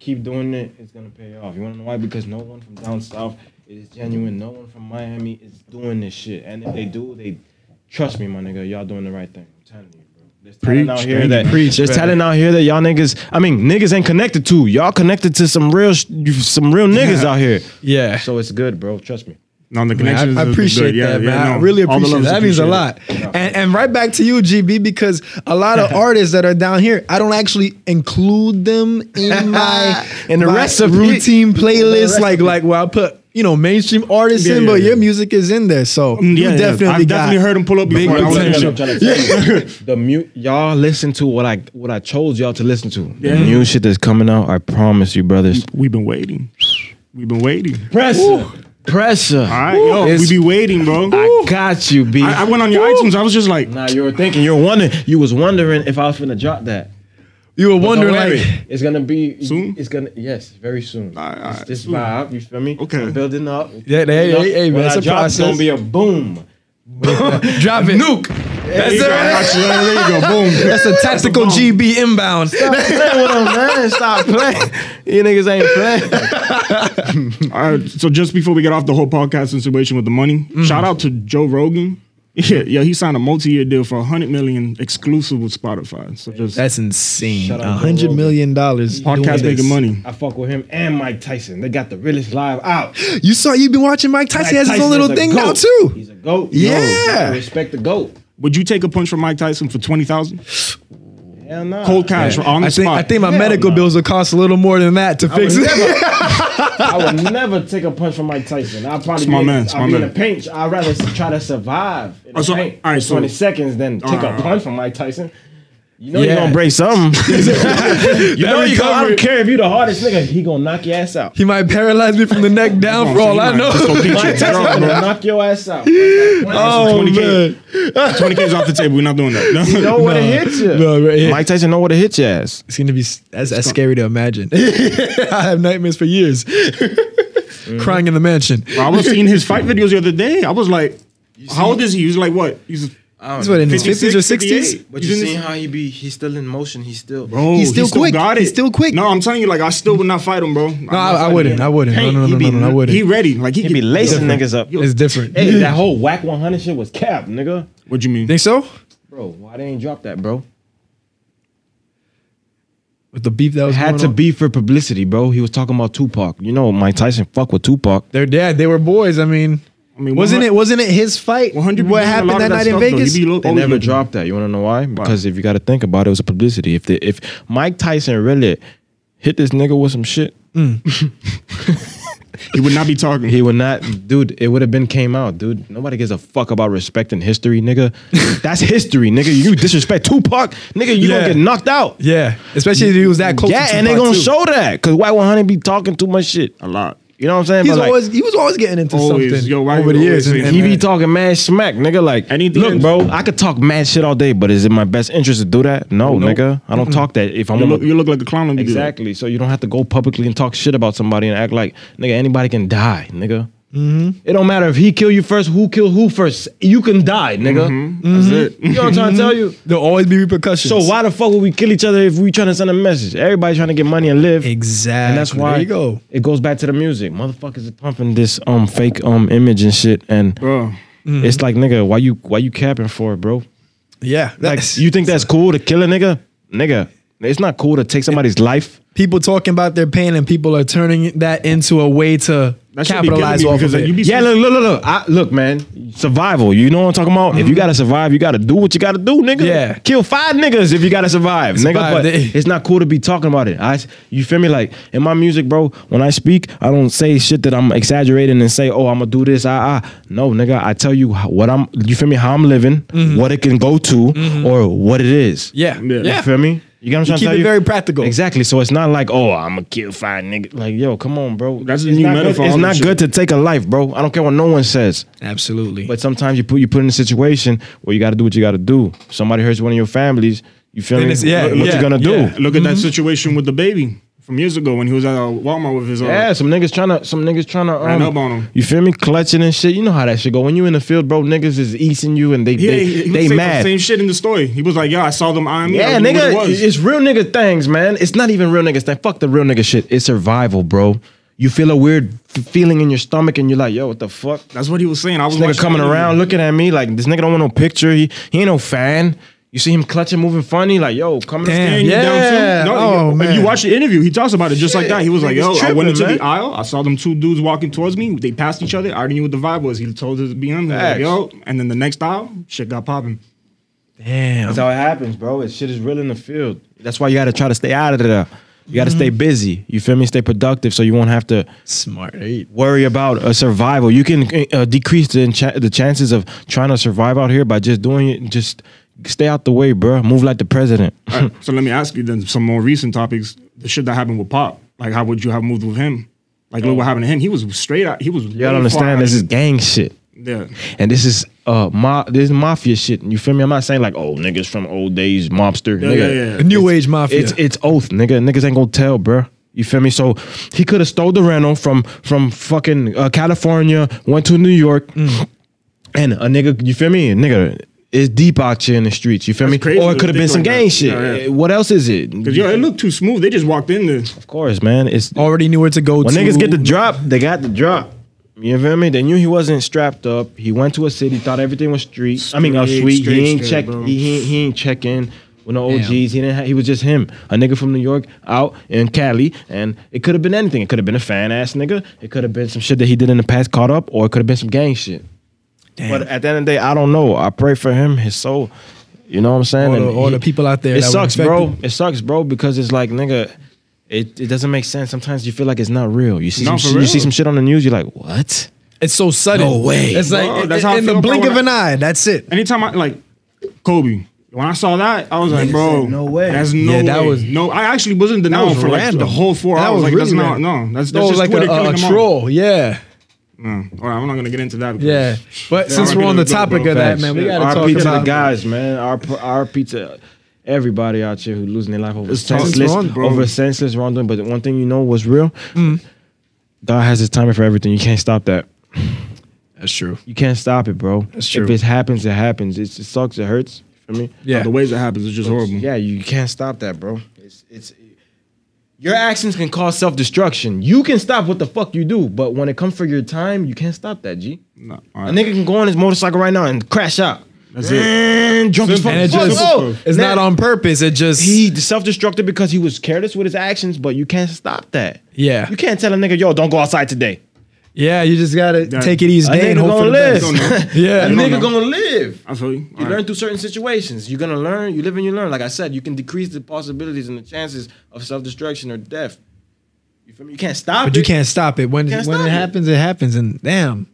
keep doing it. It's gonna pay off. You wanna know why? Because no one from down south is genuine. No one from Miami is doing this shit. And if they do, they trust me, my nigga. Y'all doing the right thing. I'm telling you, bro. There's talent out Preach, here baby. that Preach, there's baby. talent out here that y'all niggas. I mean, niggas ain't connected to. Y'all connected to some real, sh- some real niggas out here. Yeah. So it's good, bro. Trust me. No, the Man, connection. I, I appreciate that, man. I really appreciate that. That means a lot. And and right back to you, GB, because a lot of artists that are down here, I don't actually include them in my In the my recipe. routine playlist, recipe. like like where I put you know mainstream artists Yeah, in, yeah, but yeah. Mm, your music is in there, so you yeah, yeah. definitely I've got definitely heard him pull up big before. I was potential. That's Yeah. what I'm trying to tell you. the mu- y'all listen to what I what I chose y'all to listen to. The new shit that's coming out, I promise you, brothers. We've been waiting. We've been waiting. Pressure, pressure. All right, yo, It's- we be waiting, bro. I got you, B. I, I went on your iTunes. I was just like, now you were thinking, you were wondering, you was wondering if I was finna drop that. You were But don't wondering worry, like. it's gonna be Soon? It's gonna yes, very soon. All right, all It's right, this soon. vibe, you feel me? Okay. I'm building up. Yeah, hey, You know, hey, hey, man, when it's I a drop, It's gonna process. be a boom. Drop it. Nuke. There you go. That's it. There you go. Boom. That's a tactical bomb. GB inbound. playing with them, man. Stop playing. You niggas ain't playing. All right, so just before we get off the whole podcast situation with the money, Mm. shout out to Joe Rogan. Yeah, yeah, he signed a multi-year deal for 100 million exclusive with Spotify. So just That's insane. Shout out A Joe hundred Rogan. million dollars. doing podcast this. making money. I fuck with him and Mike Tyson. They got the realest live out. You saw you've been watching Mike Tyson. he has his own little thing now too. He's a goat. Yeah. Yo, respect the goat. Would you take a punch from Mike Tyson for 20,000? Hell no. Cold cash on the I think spot. I think my Hell medical no. bills will cost a little more than that to I would, fix it. never, I would never take a punch from Mike Tyson. I probably my be, man, it's I'd my be in man. a pinch. I'd rather s- try to survive in a Oh, so- paint all right, for so- 20 seconds than take right, a punch from Mike Tyson. You know Yeah. you're gonna break something. you know you gonna, I don't care if you the hardest nigga, he gonna knock your ass out. He might paralyze me from the neck down Oh, for so all he I might know. just go beat you. Mike Get Tyson on, gonna bro. knock your ass out. Oh, 20K. 20K's off the table. We're not doing that. know where to hit you. No, right here. Mike Tyson know where to hit your ass. It's gonna be s- that's, that's scary to imagine. I have nightmares for years. Crying in the mansion. I was seeing his fight videos the other day. I was like, how old is he? He was like, what? He's He's what in his fifties or 56, sixties? 58. But you seen how he be? He's still in motion. He's still. bro. He's still quick. He's still quick. No, I'm telling you, like I still would not fight him, bro. No, I, I wouldn't. I wouldn't. No, Hey, no, no, he no, no, be- no, I He wouldn't. ready? Like he He be could- lacing niggas up. It's different. Hey, that whole whack 100 shit was cap, nigga. What you mean? Think so? Bro, why they ain't drop that, bro? With the beef that was Had going to on? be for publicity, bro. He was talking about Tupac. You know, Mike Tyson fuck with Tupac. Their dad, they were boys. I mean, I mean, wasn't one- it wasn't it his fight? 100% What a lot happened of that, that night in stuff, though, you Vegas? be oh, lo- They always never looking. dropped that. You want to know why? Because if you got to think about it, it was a publicity. If the if Mike Tyson really hit this nigga with some shit, He would not be talking. he would not, dude. It would have been came out, dude. Nobody gives a fuck about respecting history, nigga. That's history, nigga. You disrespect Tupac, nigga. You Yeah. gonna get knocked out. yeah, especially if he was that close. yeah, to and they Tupac, gonna too. show that because White 100 be talking too much shit. a lot. You know what I'm saying? He's But, like, always he was always getting into Always. something Yo, why over the you years. always- and- he and- be talking mad smack, nigga. Like, Anything- look, bro, I could talk mad shit all day, but is it my best interest to do that? No, Nope. nigga. I don't talk that. If I'm You gonna look, you look like a clown. when you do that. exactly, so you don't have to go publicly and talk shit about somebody and act like nigga. Anybody can die, nigga. Mm-hmm. It don't matter if he kill you first, who kill who first. You can die, nigga. Mm-hmm. Mm-hmm. That's it. You know what I'm trying to tell you. There'll always be repercussions. So why the fuck would we kill each other if we trying to send a message? Everybody trying to get money and live. Exactly. And that's why There you go. it goes back to the music. Motherfuckers are pumping this um fake um image and shit, and Bro. Mm. it's like nigga, why you why you capping for it, bro? Yeah, Like that's you think that's cool to kill a nigga, nigga? It's not cool to take somebody's life. people talking about their pain and people are turning that into a way to That should be killing capitalize me off because, of like, it. you be- Yeah, look, look, look, look. I, look, man, survival. You know what I'm talking about? If you gotta survive, you gotta do what you gotta do, nigga. Mm-hmm. Yeah. kill five niggas if you gotta survive, Survive, nigga. But they- it's not cool to be talking about it. I, you feel me? Like in my music, bro. When I speak, I don't say shit that I'm exaggerating and say, oh, I'm gonna do this. Ah, ah. No, nigga. I tell you what I'm. You feel me? How I'm living, what it can go to, or what it is. Mm-hmm. yeah, Yeah. yeah. You feel me? You got what I'm trying keep to tell it you? very practical. Exactly. So it's not like, oh, I'm gonna kill five niggas. Like, yo, come on, bro. That's a It's new not metaphor Good, it's on not this good to take a life, bro. I don't care what no one says. Absolutely. But sometimes you put you put in a situation where you got to do what you got to do. Somebody hurts one of your families. You feel Then me? it's- yeah, what, what yeah, you gonna do? yeah. Yeah. Look at that situation with the baby from years ago when he was at uh, Walmart with his. Uh, some niggas trying to, some niggas trying to, um, Ran up on 'em. you feel me? Clutching and shit. You know how that shit go. When you in the field, bro, niggas is easting you and they, Yeah, they, he, he they was mad. mad. The same shit in the story. He was like, "Yeah, I saw them eyeing me. I Yeah, knew what it nigga, was." it's real nigga things, man. It's not even real niggas thing. Fuck the real nigga shit. It's survival, bro. You feel a weird f- feeling in your stomach, and you're like, yo, what the fuck? That's what he was saying. I was This nigga watching coming the movie. around looking at me like this nigga don't want no picture. He he ain't no fan. You see him clutching, moving funny, like yo, coming Damn, upstairs. And you down too? Yeah. No, Oh, if man. you watch the interview, he talks about it just like Shit. that. He was like, "Yo, Niggas I tripping, went into man. the aisle. I saw them two dudes walking towards me. They passed each other. I already knew what the vibe was. He told his BM, he was like, Facts. "Yo," and then the next aisle, shit got popping. Damn. That's how it happens, bro. It shit is real in the field. That's why you gotta try to stay out of there. You Mm-hmm. gotta stay busy. You feel me? Stay productive so you won't have to Smart. worry about a survival. You can uh, decrease the encha- the chances of trying to survive out here by just doing it. Just stay out the way, bro. Move like the president. All right, so let me ask you then some more recent topics. The shit that happened with Pop, like how would you have moved with him? Like look what happened to him. He was straight out. He was. You gotta understand this is gang shit. Yeah. And this is uh ma- this is mafia shit. You feel me? I'm not saying like oh niggas from old days mobster. nigga. yeah, A yeah. new age mafia. It's it's oath, nigga. Niggas ain't gonna tell, bruh. You feel me? So he could have stole the rental from from Mm. fucking uh, California, went to New York, and a nigga, you feel me? Nigga, it's deep out here in the streets. You feel That's me? crazy or it to could have been think some like gang that. shit. Yeah, yeah. Eh, What else is it? Cause yo, it looked too smooth. They just walked in there. Of course, man. It's Already knew where to go when to. niggas get the drop, they got the drop. You feel me? They knew he wasn't strapped up. He went to a city, thought everything was street. I mean, uh, Street, sweet. street, he ain't street, check. bro. He, he, he ain't check in with no Damn. OGs. He didn't. Ha- he was just him, a nigga from New York, out in Cali, and it could have been anything. It could have been a fan ass nigga. It could have been some shit that he did in the past, caught up, or it could have been some gang shit. But at the end of the day, I don't know. I pray for him, his soul. You know what I'm saying? All the- And all the people out there It that were sucks, bro. affected. It sucks, bro, because it's like, nigga, it, it doesn't make sense. Sometimes you feel like it's not real. You see, No, some, for shit- you real. see some shit on the news, you're like, what? It's so sudden. No way. It's like Bro, in- that's in, how I the feel, bro, blink when of I- an eye. That's it. Anytime I like Kobe, when I saw that, I was like, Nigga bro, said, "No way." That's no Yeah, that way. was- no. I actually wasn't That denying was for like random. the whole four That hours. was Like really that's not random. no. That's, that's That was just like Twitter a, a killing them all. troll. Yeah. Mm. All right, I'm not gonna get into that. 'cause- Yeah. But since RIP we're on the to the Bill, topic bro. of that, Facts. man, we Yeah. got RP to talk to the about guys, man. Our RP to everybody out here who losing their life over tough. senseless, It's wrong, bro. over senseless wrongdoing. But the one thing you know was real. Mm. God has His timing for everything. You can't stop that. That's true. You can't stop it, bro. That's true. If it happens, it happens. It's, it sucks. It hurts. You feel me? Yeah. The ways it happens is just horrible. Yeah, you can't stop that, bro. It's it's your actions can cause self destruction. You can stop what the fuck you do, but when it comes for your time, you can't stop that, G. No, all A right. nigga can go on his motorcycle right now and crash out. That's it. And drunk as fuck. And it Fuck, just, oh, it's now not on purpose. It just, He self destructed because he was careless with his actions, but you can't stop that. Yeah. You can't tell a nigga, yo, don't go outside today. yeah, you just got to That- take it easy A day nigga and hope for gonna the live. best. You don't Yeah. A You don't nigga know. gonna live. I feel you. You All learn right. through certain situations. You're gonna learn. You live and you learn. Like I said, you can decrease the possibilities and the chances of self destruction or death. You feel me? You can't stop But it. you can't stop it. When Can't when stop it it. happens, it happens. And damn,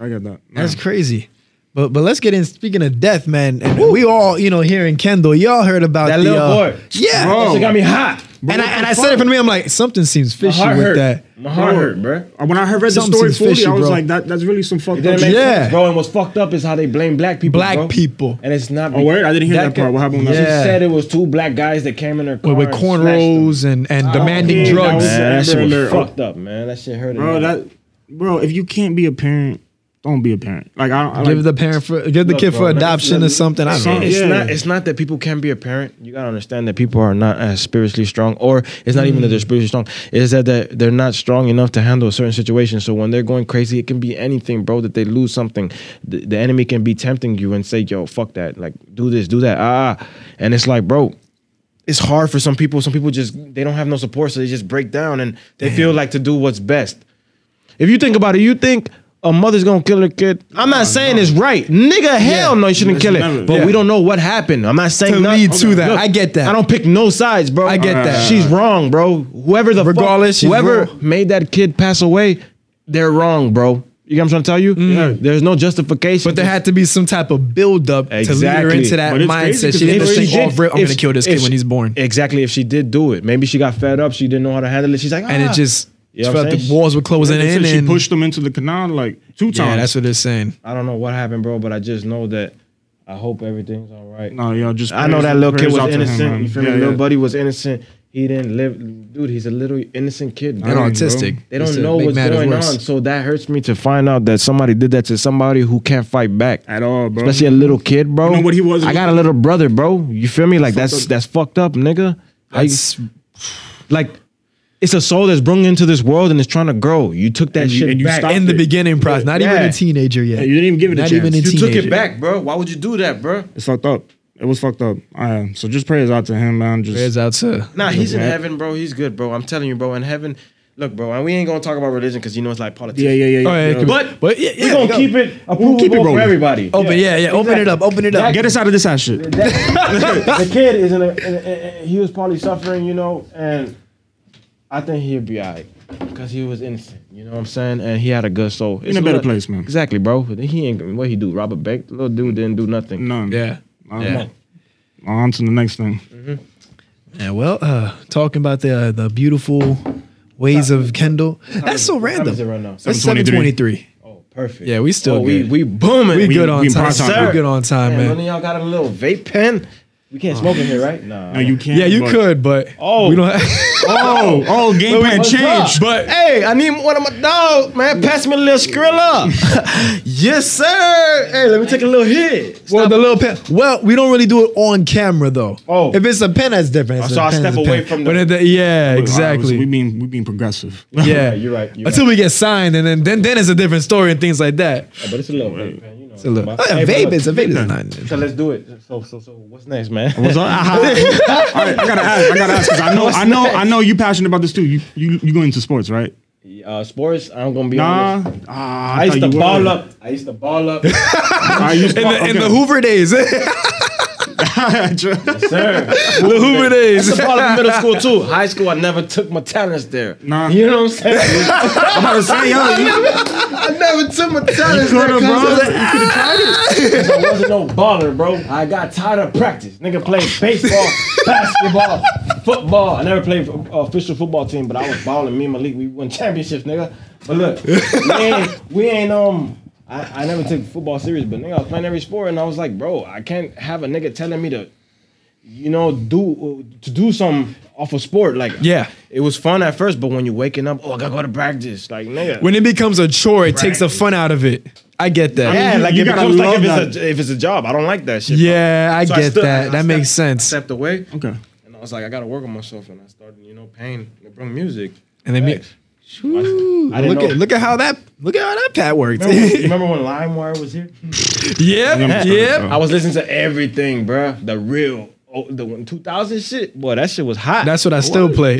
I got that. that's crazy. But but let's get in. Speaking of death, man, and we all you know here in Kendall, y'all heard about That the, little uh, boy. Yeah, Bro. That shit got me hot. and I and I said it from me. I'm like something seems My fishy heart with hurt. that. My heart Bro, hurt, bro. Uh, When I heard read the Something story seems fully, fishy, I was bro. like, that, that's really some fucked It didn't up make shit. Yeah. sense, bro. And what's fucked up is how they blame black people. Black bro. people. And it's not. Oh, word? I didn't hear that guy- part. What happened She with Yeah. that? said it was two black guys that came in her car With, with and smashed them. cornrows and and demanding yeah, drugs. was- Man, that shit was Amber Alert. fucked up, man. That shit hurt. Bro, that, bro, if you can't be a parent, don't be a parent. Like, I don't. I give like, the parent for give the Look, kid bro, for let me- adoption let or me- something. I don't Some- know. It's Yeah. not. It's not that people can be a parent. You gotta understand that people are not as spiritually strong, or it's not even that they're spiritually strong. It's that they're, they're not strong enough to handle a certain situation. So when they're going crazy, it can be anything, bro. That they lose something. The, the enemy can be tempting you and say, "Yo, fuck that. Like, do this, do that." Ah, and it's like, bro. It's hard for some people. Some people just they don't have no support, so they just break down and they feel like to do what's best. If you think about it, you think a mother's gonna kill her kid. I'm not saying it's right, nigga. Hell no, you shouldn't That's kill never- it. But yeah. we don't know what happened. I'm not saying To not- lead to that. I get that. I don't pick no sides, bro. I get Alright, that. alright, She's wrong, bro. Whoever the fuck- Regardless, she's whoever wrong. made that kid pass away, they're wrong, bro. You get what I'm trying to tell you? Mm-hmm. There's no justification. But there had to be some type of buildup to lead her Exactly. into that But it's mindset. crazy She didn't because just if think, she oh, did- rip, I'm if- gonna kill this if kid when she- he's born. Exactly. If she did do it, maybe she got fed up. She didn't know how to handle it. She's like, ah. and it just You know what felt I'm the saying? walls were closing they in. said she And, pushed them into the canal like two times. yeah, that's what they're saying. I don't know what happened, bro. But I just know that. I hope everything's all right. No, yo, just I know prayers- that little kid prayers was out to him, innocent. man. you feel Yeah, me? yeah. Little buddy was innocent. He didn't live, dude. He's a little innocent kid. I And Bro. know. autistic. They Just don't to know make what's matters going on, worse. so that hurts me to find out that somebody did that to somebody who can't fight back At all, bro. Especially a little kid, bro. You know what he was? I got a little brother, bro. You feel me? Like that's up. that's fucked up, nigga. How you- That's- like it's a soul that's brung into this world and it's trying to grow. You took that And you- shit and you back. stopped in the it. beginning process, not even Yeah. a teenager yet. Yeah, you didn't even give it a Not chance. even a You you took teenager. it back, bro. Why would you do that, bro? It's fucked up. It was fucked up. Uh, so just prayers out to him, man. Just Prayers out to Nah, he's in Yeah. heaven, bro. He's good, bro. I'm telling you, bro. In heaven, look, bro. And we ain't gonna talk about religion because you know it's like politics. yeah, yeah, yeah. yeah, Oh, yeah, yeah. it could- But, But, yeah, yeah, we're gonna go. keep it approvable keep it for rolling. everybody. open. Oh, Yeah, yeah. Open it up. Open it up. Get us out of this ass shit. That- the kid is in a, in a- in a- he was probably suffering, you know, and I think he'd be alright because he was innocent. You know what I'm saying? And he had a good soul. It's a better little- place, man. Exactly, bro. He ain't what he do. Robert Beck, little dude, didn't do nothing. None. yeah. Um, Yeah. On to the next thing. Yeah, well, uh, talking about the the beautiful ways of Kendall. That's so What time random. is it right now? That's 7:23. 723. Oh, perfect. Yeah, we still Oh, we good. we booming. We, good we on on time. time. We good on time, man. None man. of y'all got a little vape pen. We can't smoke in here, right? Nah. No, you can't. Yeah, you but- could, but oh, we don't. Have, Oh, oh, game plan change. but Hey, I need one of my dogs, man. Pass me a little Skrilla. yes, sir. Hey, let me take a little hit. well, the little pen. Well, we don't really do it on camera though. Oh. if it's a pen, that's different. It's so a I pen, step it's a away pen. from the- But it- yeah, We exactly. being we being progressive. Yeah, right, you're right, you're Until we get signed, and then then then it's a different story and things like that. Yeah, but it's a little vape, man. You know. It's So look, oh, yeah, vape is a vape is not. So let's do it. So, so, so, what's next, man? So, aha. All right, I gotta ask. I gotta ask 'cause I know, I know, I know you passionate about this too. You you you go into sports, right? uh, sports, I'm going to be Nah. honest. Ah, I used to thought you ball were. up. I used to ball up. I used to In the, in the Hoover days, the hoop. sir. Hoover I days. used to ball up in middle school, too. High school, I never took my talents there. Nah. You know what I'm saying? I'm about to say, yo, you I never took my talents there. coulda, bro. cuz I wasn't no baller, bro. I got tired of practice. Nigga played baseball, basketball, football. I never played for uh, official football team, but I was balling. Me and Malik, we won championships, nigga. But look, we ain't, we ain't um. I, I never took football serious, but nigga, I was playing every sport, and I was like, bro, I can't have a nigga telling me to, you know, do to do something off of sport. Like, Yeah. it was fun at first, but when you're waking up, oh, I gotta go to practice, like, nigga. When it becomes a chore, it takes the fun out of it. I get that. Yeah, You- like you it gotta becomes like if love it's, a, if it's a job. I don't like that shit. Yeah, I bro. So get stood- that. I that makes stepped- I sense. stepped away. Okay. And I was like, I gotta work on myself. And I started, you know, pain. It brought music. And they make. Facts. I didn't Look know. at look at how that look at how that pat worked. Remember when, remember when LimeWire was here? yep, yep. I was listening to everything, bruh. The real, oh, the one- 2000 shit. Boy, that shit was hot. That's what I still play.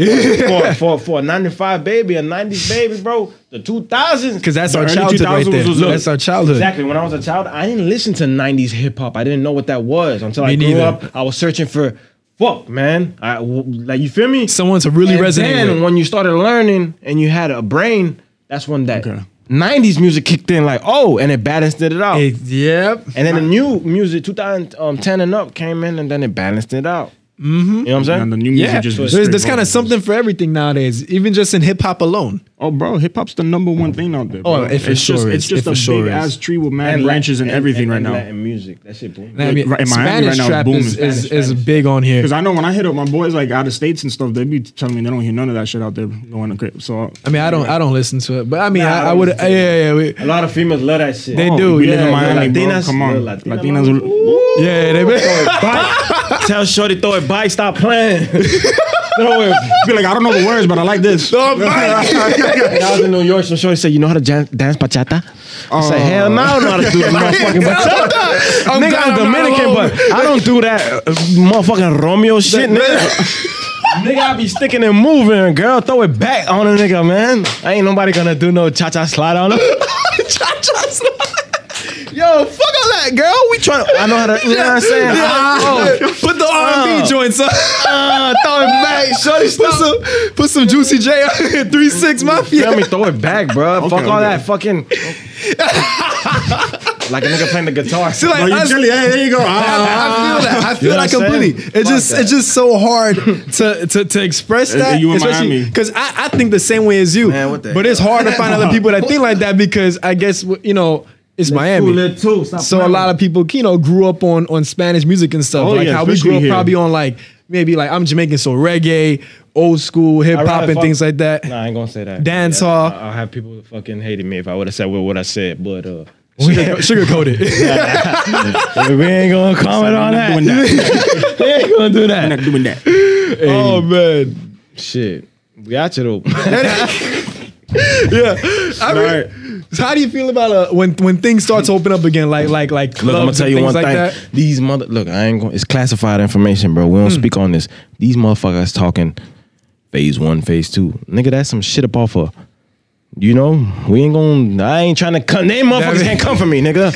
for, for for a 95 baby, a 90s baby, bro. The 2000s. Cause that's The our early childhood right 2000s there. was- that's our childhood. Exactly. When I was a child, I didn't listen to '90s hip hop. I didn't know what that was until I Me grew neither. up. I was searching for fuck, man. I w- like you feel me? Someone to really and resonate Then with. when you started learning and you had a brain, that's when that Okay. '90s music kicked in. Like oh, and it balanced it out. It- yep. and then the new music, 2010 and up, came in, and then it balanced it out. Mm-hmm. You know what I'm saying? And the new music Yeah. just there's was there's straight kind of vocals. something for everything nowadays, even just in hip hop alone. Oh, bro, hip hop's the number one thing out there. Oh, bro. if it it's sure just, is, It's just if a it sure big is. ass tree with mad And branches and, everything and, right and now. Latin music, that shit booming. I mean, right in Miami Spanish right now, trap booming. is, is, Spanish, is Spanish. big on here. Because I know when I hit up my boys like out of states and stuff, they be telling me they don't hear none of that shit out there going to crib. So I mean, I don't, I don't listen to it, but I mean, Nah, I I, I don't would, listen yeah, to it. yeah, yeah, we, A lot of females love that shit. They Oh, do, we yeah, live in Miami, Latinas- bro. Come on, Latinas- Latinas. yeah, they, Bite. Tell Shorty throw it bite. Stop playing. throw it. I feel like I don't know the words, but I like this. When I was in New York, so Shorty said, "You know how to jan- dance bachata?" I said, "Hell no, I don't know how to do the motherfucking bachata." I'm nigga, glad I'm I'm not Dominican, alone. but I don't do that uh, motherfucking Romeo shit, nigga. nigga, I be sticking and moving. Girl, throw it back on a nigga, man. Ain't nobody gonna do no cha cha slide on him. cha cha Yo, fuck all that, girl. We trying. I know how to. You know what I'm saying? Ah, oh. Put the R&B Uh. joints up. Uh, throw it back, shorty. Put Stop. some, put some Juicy J on three six Tell mafia. me, throw it back, bro. Fuck all okay. that fucking. like a nigga playing the guitar. See, like, Bro, you us- chilly. Hey, there you go. Ah. I feel that. I feel know that what I'm completely. saying? It's Fuck just that. it's just so hard to to, to express that. you in Miami. Because I, I think the same way as you. Man, what the but it's hard to find other people that think like that because I guess you know it's Miami. too. Stop So a lot of people, you know, grew up on on Spanish music and stuff. Oh, like yeah, how we grew especially up here. probably on like maybe like I'm Jamaican, so reggae, old school hip I'd rather hop and fuck- things like that. Nah, I ain't gonna say that. Dance Yeah, hall. I- I'll have people fucking hating me if I would have said what, what I said, but uh, Sugar, sugar coated. we ain't gonna comment on that. Doing that. we ain't gonna do I'm that. not doing that. Oh man. Shit, we out you though. Yeah. I mean, So how do you feel about uh, when when things start to open up again, like like like Look, I'm gonna clubs tell and you things one like thing. that? Hmm. These mother look, I ain't going. It's classified information, bro. We don't speak on this. These motherfuckers talking phase one, phase two, nigga. That's some shit up off of. You know, we ain't gonna. I ain't trying to come. They motherfuckers mean- can't come for me, nigga.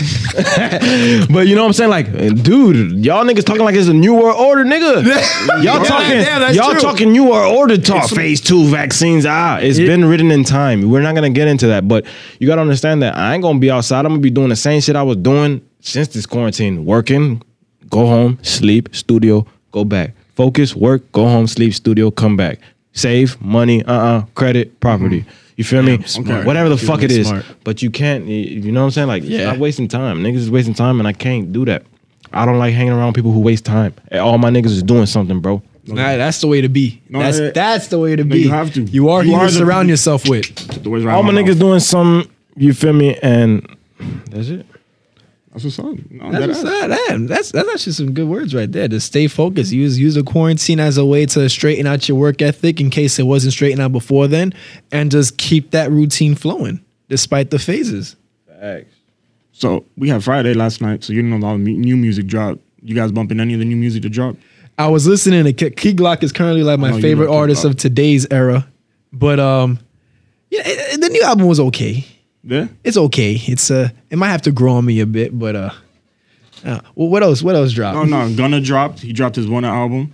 but you know what I'm saying, like, dude, y'all niggas talking like it's a new world order, nigga. y'all Yeah, talking, yeah, that's y'all true. talking new world order talk. phase two vaccines, ah, it's been written in time. We're not gonna get into that, but you gotta understand that I ain't gonna be outside. I'm gonna be doing the same shit I was doing since this quarantine, working, go home, sleep, studio, go back, focus, work, go home, sleep, studio, come back, save money, uh, uh credit, property. You feel me? Mm-hmm. smart. Whatever the You're fuck it really is. smart. But you can't, y- you know what I'm saying? Like, yeah. stop wasting time. Niggas is wasting time, and I can't do that. I don't like hanging around people who waste time. And All my niggas is doing something, bro. Nah, that's the way to be. No, that's eh, that's the way to no, be. you have to. You are You who are you the- surround yourself with. Put the words right All in my mouth. niggas doing some. You feel me? And that's it. That's what's up. No, That's, what's dead ass. up. Damn, that's that's actually some good words right there. To stay focused, use use the quarantine as a way to straighten out your work ethic in case it wasn't straightened out before then, and just keep that routine flowing despite the phases. Facts. So we had Friday last night, so you didn't know all the mu- new music dropped. You guys bumping any of the new music to drop? I was listening to K- Key Glock is currently like know my you favorite love Kid artist Glock. of today's era, but um, yeah, it- it- the new album was okay. Yeah. It's okay. It's uh, it might have to grow on me a bit, but uh, uh well, what else? What else dropped? Oh no, Gunna dropped. He dropped his one album.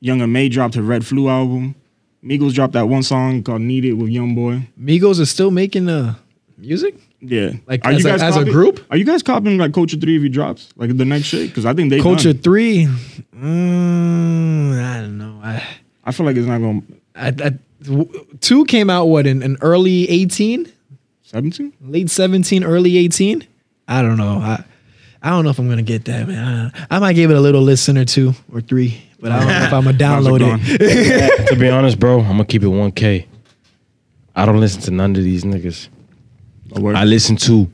Young and May dropped her Red Flu album. Migos dropped that one song called "Need It" with Young Boy. Migos are still making uh music. Yeah. Like, as a- as a copying- group? Are you guys copying like Culture Three if he drops like the next shit? Because I think they Culture done. three. Mm, I don't know. I, I feel like it's not going I, I w- two came out what in, in early eighteen, seventeen. late seventeen, early eighteen. I don't know. I I don't know if I'm gonna get that man. I, I might give it a little listen or two or three, but I don't know if I'm gonna download it. to be honest, bro, I'm gonna keep it 1K. I don't listen to none of these niggas. Oh, I listen to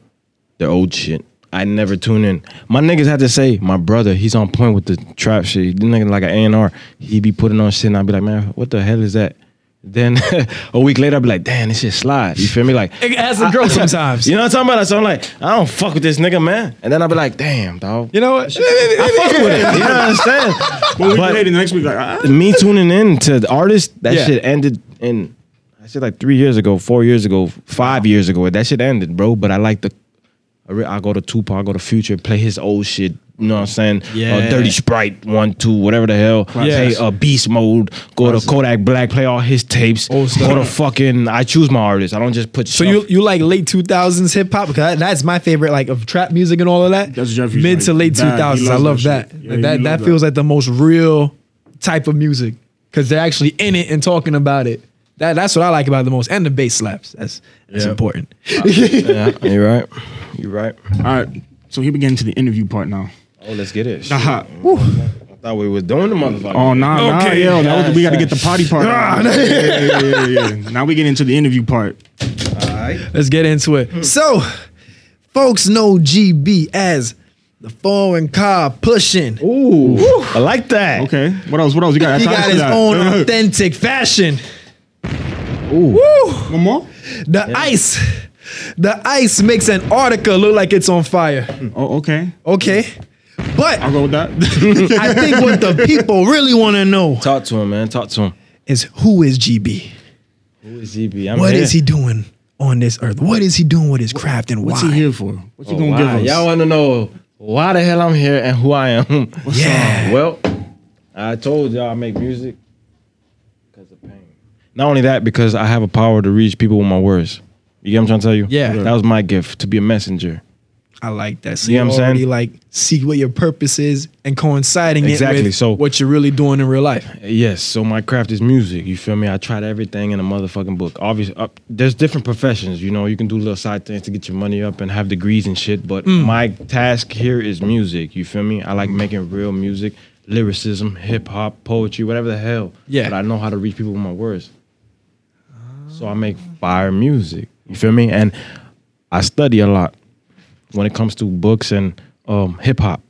the old shit. I never tune in. My niggas had to say, my brother, he's on point with the trap shit. This nigga like an A&R. He be putting on shit and I'd be like, man, what the hell is that? Then a week later, I'd be like, damn, this shit slide. You feel me? Like, It has to grow sometimes. you know what I'm talking about? So I'm like, I don't fuck with this nigga, man. And then I'd be like, damn, dog. You know what? I fuck with it. You know what I'm saying? Well, we But- played it next week. Like, ah. me tuning in to the artist, that Yeah. shit ended in I said like three years ago, four years ago, five years ago. That shit ended, bro. But I like the I re- I go to Tupac, I go to Future, play his old shit. You know what I'm saying? Yeah. Uh, Dirty Sprite one two, whatever the hell. Yes. Play uh, Beast Mode. Go to Kodak Black, play all his tapes. Old stuff. Go to fucking. I choose my artist. I don't just put. So you you like late two thousands hip hop because that- that's my favorite like of trap music and all of that. That's Jeffrey's mid like to late two bag. He thousands. I loves love that that. shit. Like, Yeah, That, he that loves that. feels like the most real type of music because they're actually in it and talking about it. That that's what I like about it the most and the bass slaps. That's that's Yeah. important. yeah, you're right. You're right. All right. So here we get into the interview part now. Oh, let's get it. Shit. Ah, I thought we were doing the motherfucker. Oh nah, Okay. nah, yo, that was, we got to get the potty part. yeah, yeah, yeah, yeah, yeah. Now we get into the interview part. Let's get into Hmm. it. So, folks know GB as the foreign car pushing. Ooh, I like that. Okay, what else? What else? You got? He Time got for his that. own authentic fashion. Ooh. Woo! One more? The ice. The ice makes Antarctica look like it's on fire. Oh, okay. Okay. I'll But go with that. I think what the people really want to know Talk to him, man. Talk to him. is who is GB? Who is GB? I'm What here. is he doing on this earth? What is he doing with his craft and What's why? he here for? What you Oh, gonna wow. give us? Y'all want to know why the hell I'm here and who I am? Yeah. well, I told y'all I make music because of pain. Not only that, because I have a power to reach people with my words. You get what I'm trying to tell you? Yeah. That was my gift to be a messenger. I like that. So You you, know what I'm saying? already like see what your purpose is and coinciding Exactly, it with so- what you're really doing in real life. Yes, so my craft is music. You feel me? I tried everything in a motherfucking book. Obviously, uh, there's different professions. You know, you can do little side things to get your money up and have degrees and shit. But my task here is music. You feel me? I like making real music, lyricism, hip hop, poetry, whatever the hell. Yeah. But I know how to reach people with my words. So I make fire music. You feel me? And I study a lot when it comes to books and um, hip hop.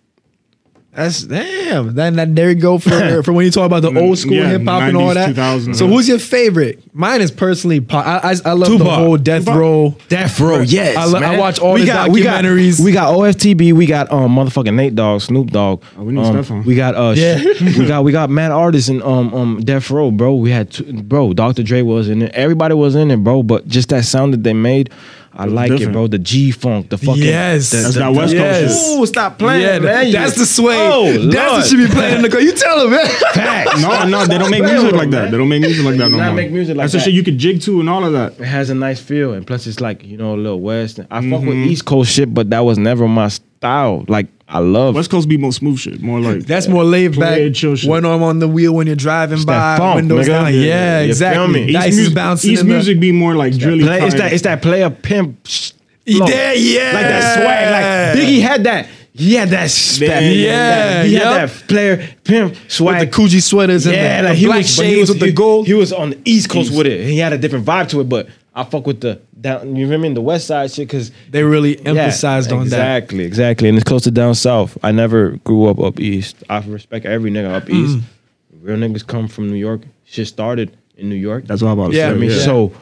That's damn. Then that, there you go for for when you talk about the Mm, old school Yeah, hip hop and all 90s, that. 2000s. So who's your favorite? Mine is personally Pac. I, I, I love the Tupac. whole Death Tupac. Row. Death Row, Oh, yes. I lo- I man. watch all his documentaries. We got, we got OFTB. We got um motherfucking Nate Dogg, Snoop Dogg. Oh, we need um, Stephon. We got uh, Yeah. sh- we got we got mad artists and um um Death Row, bro. We had two, bro, Dr. Dre was in it. Everybody was in it, bro. But just that sound that they made, I like it, different. bro. The G funk, the fucking Yes. the- That's the- that West the- Coast shit. Ooh, stop playing, yeah, man. You- that's the sway. Oh, that's Lord. what should be playing in the car. You tell him, man. Facts. No, no, they don't make music like that. They don't make music like that no Not more. make music like That's that. the shit you can jig to and all of that. it has a nice feel, and plus it's like you know a little West. I fuck with Mm-hmm. East Coast shit, but that was never my style. Like I love West Coast be more smooth shit, more like That's more laid back. Play it, chill shit. One arm on the wheel when you're driving by. that funk, windows nigga. down. Yeah, Yeah, you feel me? exactly. East Dice is music, bouncing. East in the- music be more like drilly. Play- it's kind. that it's that player pimp. sh- He flow. did, yeah. Like that swag. Like Biggie had that. He had that spec. Yeah, he yup. had that player pimp with the swag. Coogee sweaters yeah, and the, like the he black was, but shades he was with the he- gold. He was on the East Coast with it. He had a different vibe to it, but I fuck with the down. You remember in the West Side shit because they really emphasized on that. Exactly, exactly. And it's close to down south. I never grew up up east. I respect every nigga up Mm. east. Real niggas come from New York. Shit started in New York. That's what I'm about to Yeah, I say. mean, yeah. so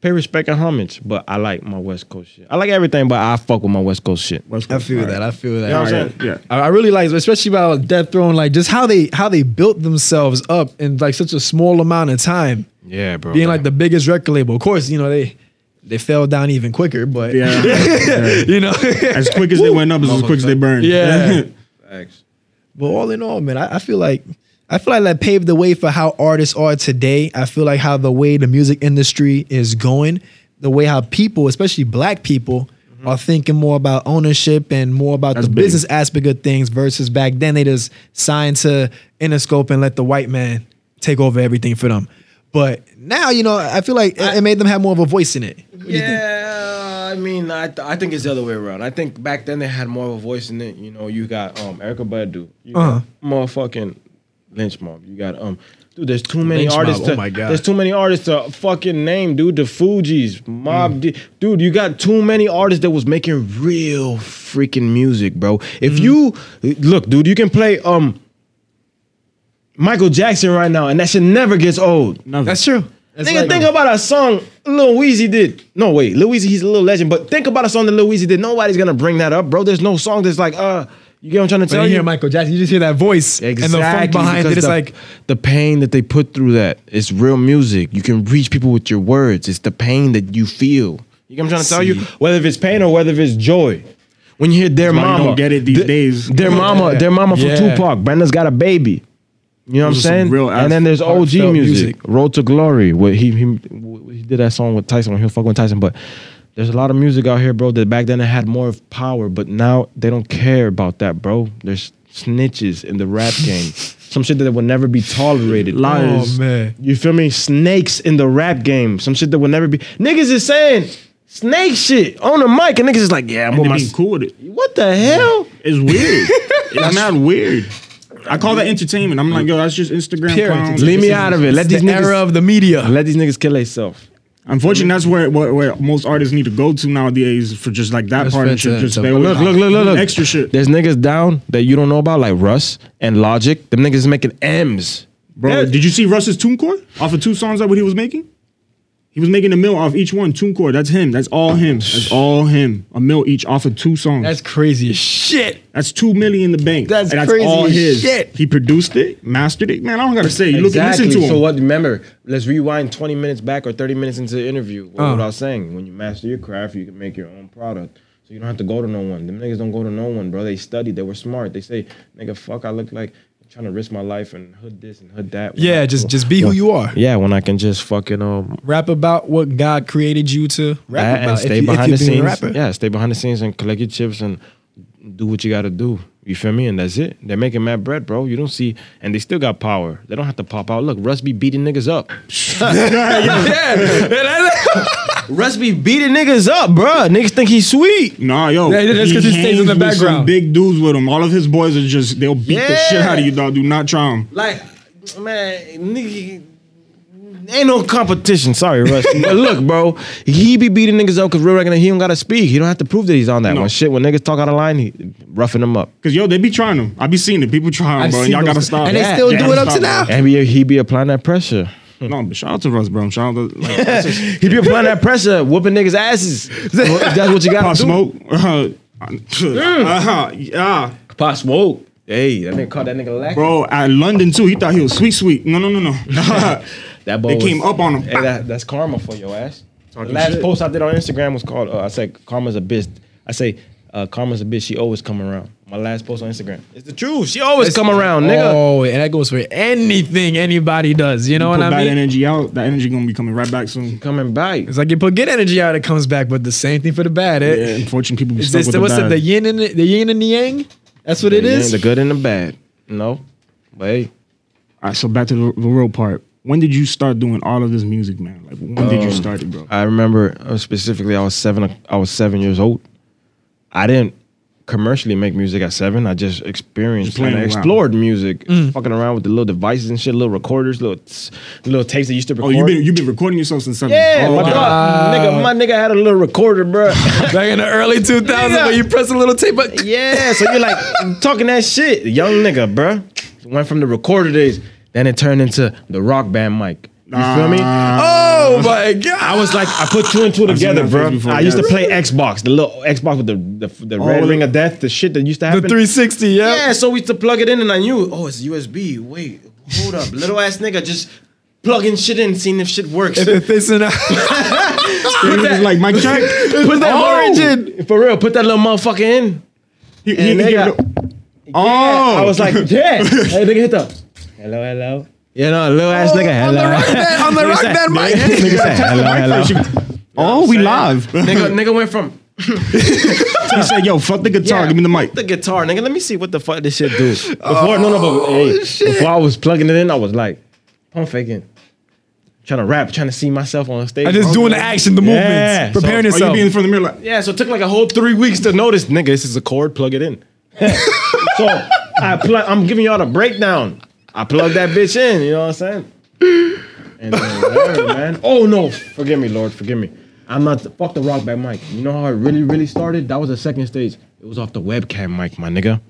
pay respect and homage, but I like my West Coast shit. I like everything, but I fuck with my West Coast shit. West I Coast. feel All that. right. I feel that. You know what Yeah. I'm saying? Yeah. I, I really like, especially about Death Throne, like just how they how they built themselves up in like such a small amount of time, Yeah, bro. being like the biggest record label. Of course, you know they they fell down even quicker, but Yeah. Yeah. you know. As quick as they went up is as quick as they burned. Yeah. Facts. but all in all, man, I, I feel like I feel like that paved the way for how artists are today. I feel like how the way the music industry is going, the way how people, especially black people, are thinking more about ownership and more about Mm-hmm. That's the big. business aspect of things versus back then they just signed to Interscope and let the white man take over everything for them. But now, you know, I feel like it- it made them have more of a voice in it. Yeah, I mean, I, th- I think it's the other way around. I think back then they had more of a voice in it. You know, you got um Erica Badu, you Uh-huh. got motherfucking Lynch Mob. You got um, dude. There's too many Lynch Mob, artists. to- oh my God. There's too many artists to fucking name, dude. The Fugees, Mob, Mm. D- dude. You got too many artists that was making real freaking music, bro. If Mm-hmm. you look, dude, you can play um. Michael Jackson right now, and that shit never gets old. Nothing. That's true. It's Nigga, like- think about a song Lil Weezy did. No, wait, Lil Weezy, he's a little legend, but think about a song that Lil Weezy did. Nobody's gonna bring that up, bro. There's no song that's like, uh, you get what I'm trying to When tell you you? hear Michael Jackson, you just hear that voice and the funk behind because it. It's the- like the pain that they put through that. It's real music. You can reach people with your words. It's the pain that you feel. You get what I'm trying to tell you? Whether if it's pain or whether if it's joy. When you hear their why you mama, don't get it these th- days. Their mama, their mama from Yeah. Tupac. Brenda's got a baby. You know what I'm Those are some saying? real ass and then there's OG heartfelt music, music. Road to Glory. What he he he did that song with Tyson when he was fucking with Tyson. But there's a lot of music out here, bro. That back then it had more of power, but now they don't care about that, bro. There's snitches in the rap game. Some shit that would never be tolerated. Liars. Oh, man. You feel me? Snakes in the rap game. Some shit that would never be. Niggas is saying snake shit on the mic, and niggas is like, yeah, I'm And with they my. being cool with it. What the hell? It's weird. it's not weird. I call that entertainment. I'm like, yo, that's just Instagram. Pure clowns. entertainment. Leave me out of it. Let It's these the niggas. era of the media. let these niggas kill themselves. Unfortunately, that's where, where where most artists need to go to nowadays for just like that That's part of fantastic. shit. Just Look, they Look, always look, look, look, do look. Extra shit. There's niggas down that you don't know about, like Russ and Logic. Them niggas is making M's. Bro, Yeah. did you see Russ's TuneCore? Off of two songs that what he was making? He was making a mill off each one. TuneCore, that's him. That's all him. That's all him. A mill each off of two songs. That's, That's crazy as shit. two million in the bank. That's And crazy as shit. He produced it, mastered it. Man, I don't gotta say. You look and listen to him. So what? Remember, let's rewind 20 minutes back or 30 minutes into the interview. What, Uh. what I was saying. When you master your craft, you can make your own product. So you don't have to go to no one. Them niggas don't go to no one, bro. They studied. They were smart. They say, nigga, fuck. I look like I'm trying to risk my life and hood this and hood that. Yeah, just just be who you are. Yeah, when I can just fucking um Rap about what God created you to rap that about. and if stay you- if behind you're the being a scenes. rapper. Yeah, stay behind the scenes and collect your chips and do what you got to do. You feel me? And that's it. They're making mad bread, bro. You don't see, and they still got power. They don't have to pop out. Look, Russ be beating niggas up. Russ be beating niggas up, bro. Niggas think he's sweet. Nah, yo. Yeah, that's 'cause he stays hangs in the with some background. Big dudes with him. All of his boys are just they'll beat the Yeah. shit out of you, dog. Do not try him. Like, man, nigga. Ain't no competition. Sorry, Russ. but look, bro, he be beating niggas up because real regular, he don't gotta speak. He don't have to prove that he's on that No. one. Shit, when niggas talk out of line, he roughing them up. Cause yo, they be trying him. I be seeing it. People try him, I've bro. And seen y'all those- gotta stop. and they Yeah, still you do gotta it up stop to now? And he, he be applying that pressure. No, but shout out to Russ, bro. Shout out to like, that's just- He be applying that pressure, whooping niggas' asses. Well, if that's what you got Pop to do. Smoke. Uh, Mm. uh, yeah, Pop smoke. Hey, that nigga caught that nigga lack. bro. At London too, he thought he was sweet, sweet. No, no, no, no. That they came up on him. Hey, that, that's karma for your ass. The Talking last shit. post I did on Instagram was called. Uh, I said karma's a bitch. I say uh, karma's a bitch. She always come around. My last post on Instagram. It's the truth. She always come around, nigga. Oh, and that goes for anything anybody does. You know Put what that I mean? energy out. That energy gonna be coming right back soon. Coming back. It's like you put good energy out, it comes back. But the same thing for the bad. Yeah, It, unfortunately, people be Is stuck this with the, what's it? the The bad. yin and the, the yin and the yang. That's what it Yeah, is. The good and the bad. No, but hey. All right, so back to the, the real part. When did you start doing all of this music, man? Like, when did Um, you start it, bro? I remember uh, specifically I was seven I was seven years old. I didn't commercially make music at seven. I just experienced Just playing and I around. explored music, fucking around with the little devices and shit, little recorders, little tss, little tapes that used to Oh, record. you've been you've been recording yourself since seven. yeah, Oh, my okay. dog, nigga, my nigga had a little recorder, bro. Back in the early 2000s, Yeah. when you press a little tape, but Yeah, so you're like talking that shit, young nigga, bruh. Went from the recorder days, then it turned into the rock band mic. You feel me? Ah, oh my god, I was like, I put two and two seen together, that bro. face before, I used to yes. play Xbox, the little Xbox with the the, the red the- ring of death, the shit that used to the happen. 360, yeah. Yeah, so we used to plug it in, and I knew, oh, it's USB. Wait, hold up, little ass nigga, just plugging shit in, seeing if shit works. If it fits in, a- Oh, He was like Mike check. put that origin. for real. Put that little motherfucker in. He, he, And he they gave got- it- Yeah, Oh. I was like, yeah. hey, nigga, hit up. Hello, hello. You know, little ass nigga. on the Hello. rock band, on the rock band mic. Nigga said, hello, hello. oh, we live. nigga, nigga went from he said, "Yo, fuck the guitar, Yeah, give me the mic." fuck The guitar, nigga. Let me see what the fuck this shit do. Oh, Before, no, no, but hey, before I was plugging it in, I was like, pump faking, trying to rap, trying to see myself on stage. I just doing the action, the Yeah. movements, preparing Are So- you yourself. being in front of the mirror like? Yeah, so it took like a whole three weeks to notice, nigga, this is a chord, plug it in. so I plug, I'm giving y'all the breakdown. I plug that bitch in, you know what I'm saying? And then, word, man. Oh no, forgive me, Lord, forgive me. I'm not fuck the rock band mic. You know how it really, really started? That was the second stage. It was off the webcam mic, my nigga.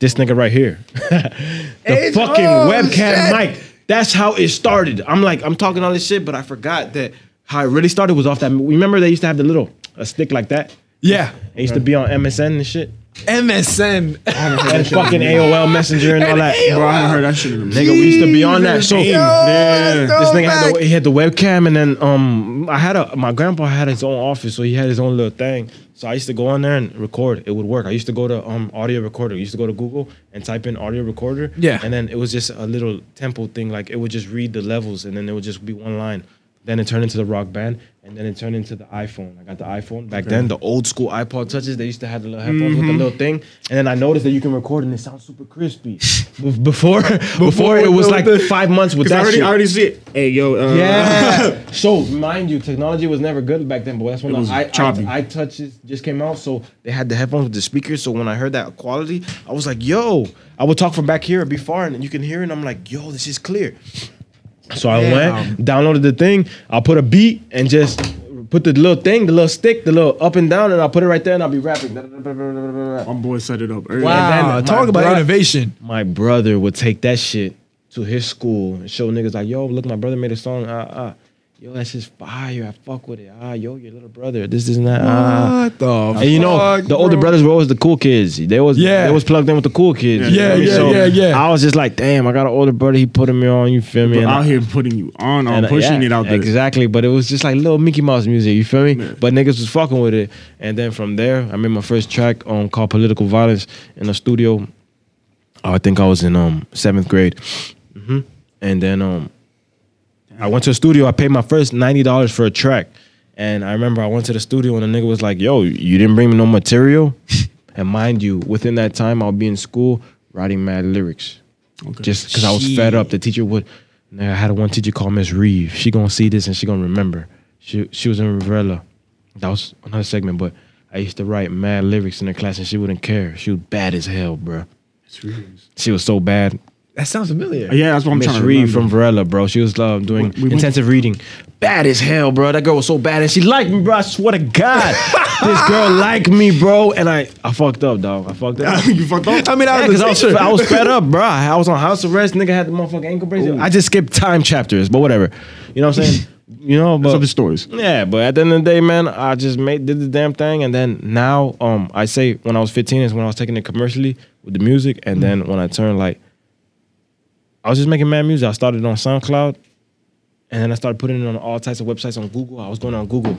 This nigga right here. the fucking oh, webcam shit. mic. That's how it started. I'm like, I'm talking all this shit, but I forgot that how it really started was off that. Remember they used to have the little a stick like that. yeah, It used to be on MSN and shit, MSN. and fucking AOL Messenger and all that. Bro, I haven't heard that shit. in a minute. Nigga, we used to be on that. So Yeah. this nigga had the, he had the webcam, and then um, I had a my grandpa had his own office, so he had his own little thing. So I used to go on there and record. It would work. I used to go to um audio recorder. I used to go to Google and type in audio recorder. Yeah. And then it was just a little tempo thing. Like it would just read the levels, and then it would just be one line. Then it turned into the rock band, and then it turned into the iPhone. I got the iPhone back then. The old school iPod touches. They used to have the little headphones with Mm-hmm. the little thing, and then I noticed that you can record and it sounds super crispy. Be- before, before it was like five months with 'Cause I that already, shit. I already see it. Hey, yo. Uh, yeah. so mind you, technology was never good back then, but that's when was the I, choppy. I, I touches just came out. So they had the headphones with the speakers. So when I heard that quality, I was like, "Yo!" I would talk from back here, it'd be far, and you can hear it. And I'm like, "Yo, this is clear." So I went, downloaded the thing. I put a beat and just put the little thing, the little stick, the little up and down, and I will put it right there, and I'll be rapping. My boy set it up. early. Wow. Uh, my talk about bro- innovation. my brother would take that shit to his school and show niggas like, yo, look, my brother made a song. Ah, ah. Yo, that's just fire. I fuck with it. Ah, yo, your little brother. This, this, and that. Ah. What the And you know, fuck, the older bro? brothers were always the cool kids. They was Yeah. they was plugged in with the cool kids. Yeah, you yeah, feel me? yeah, yeah. I was just like, damn, I got an older brother. He putting me on. You feel me? But And I- out here putting you on, on and, uh, pushing yeah, it out there. Exactly. But it was just like little Mickey Mouse music, you feel me? But niggas was fucking with it. And then from there, I made my first track um, called Political Violence in the studio. Oh, I think I was in um seventh grade. Mm-hmm. hmm And then um I went to the studio, I paid my first $90 for a track. And I remember I went to the studio and the nigga was like, yo, you didn't bring me no material? and mind you, within that time I'll be in school writing mad lyrics Okay. just because I was fed up. The teacher would. and I had one teacher called Miss Reeve. She gonna see this and she gonna remember. She she was in Rivella. That was another segment, but I used to write mad lyrics in her class and she wouldn't care. She was bad as hell, bro. She was so bad. That sounds familiar. yeah, that's what I'm Miss trying to Reeve read from Varela, bro. She was uh, doing We- we went- intensive reading. Bad as hell, bro. That girl was so bad, and she liked me, bro. I swear to God, this girl liked me, bro. And I, I fucked up, dog. I fucked up. you fucked up. I mean, I Yeah, was cause I was, I was fed up, bro. I was on house arrest. Nigga had the motherfucking ankle bracelet. I just skipped time chapters, but whatever. You know what I'm saying? You know, That's but other stories. yeah, but at the end of the day, man, I just made did the damn thing, and then now, um, I say when I was 15 is when I was taking it commercially with the music, and then when I turned like, I was just making mad music. I started on SoundCloud, and then I started putting it on all types of websites on Google. I was going on Google.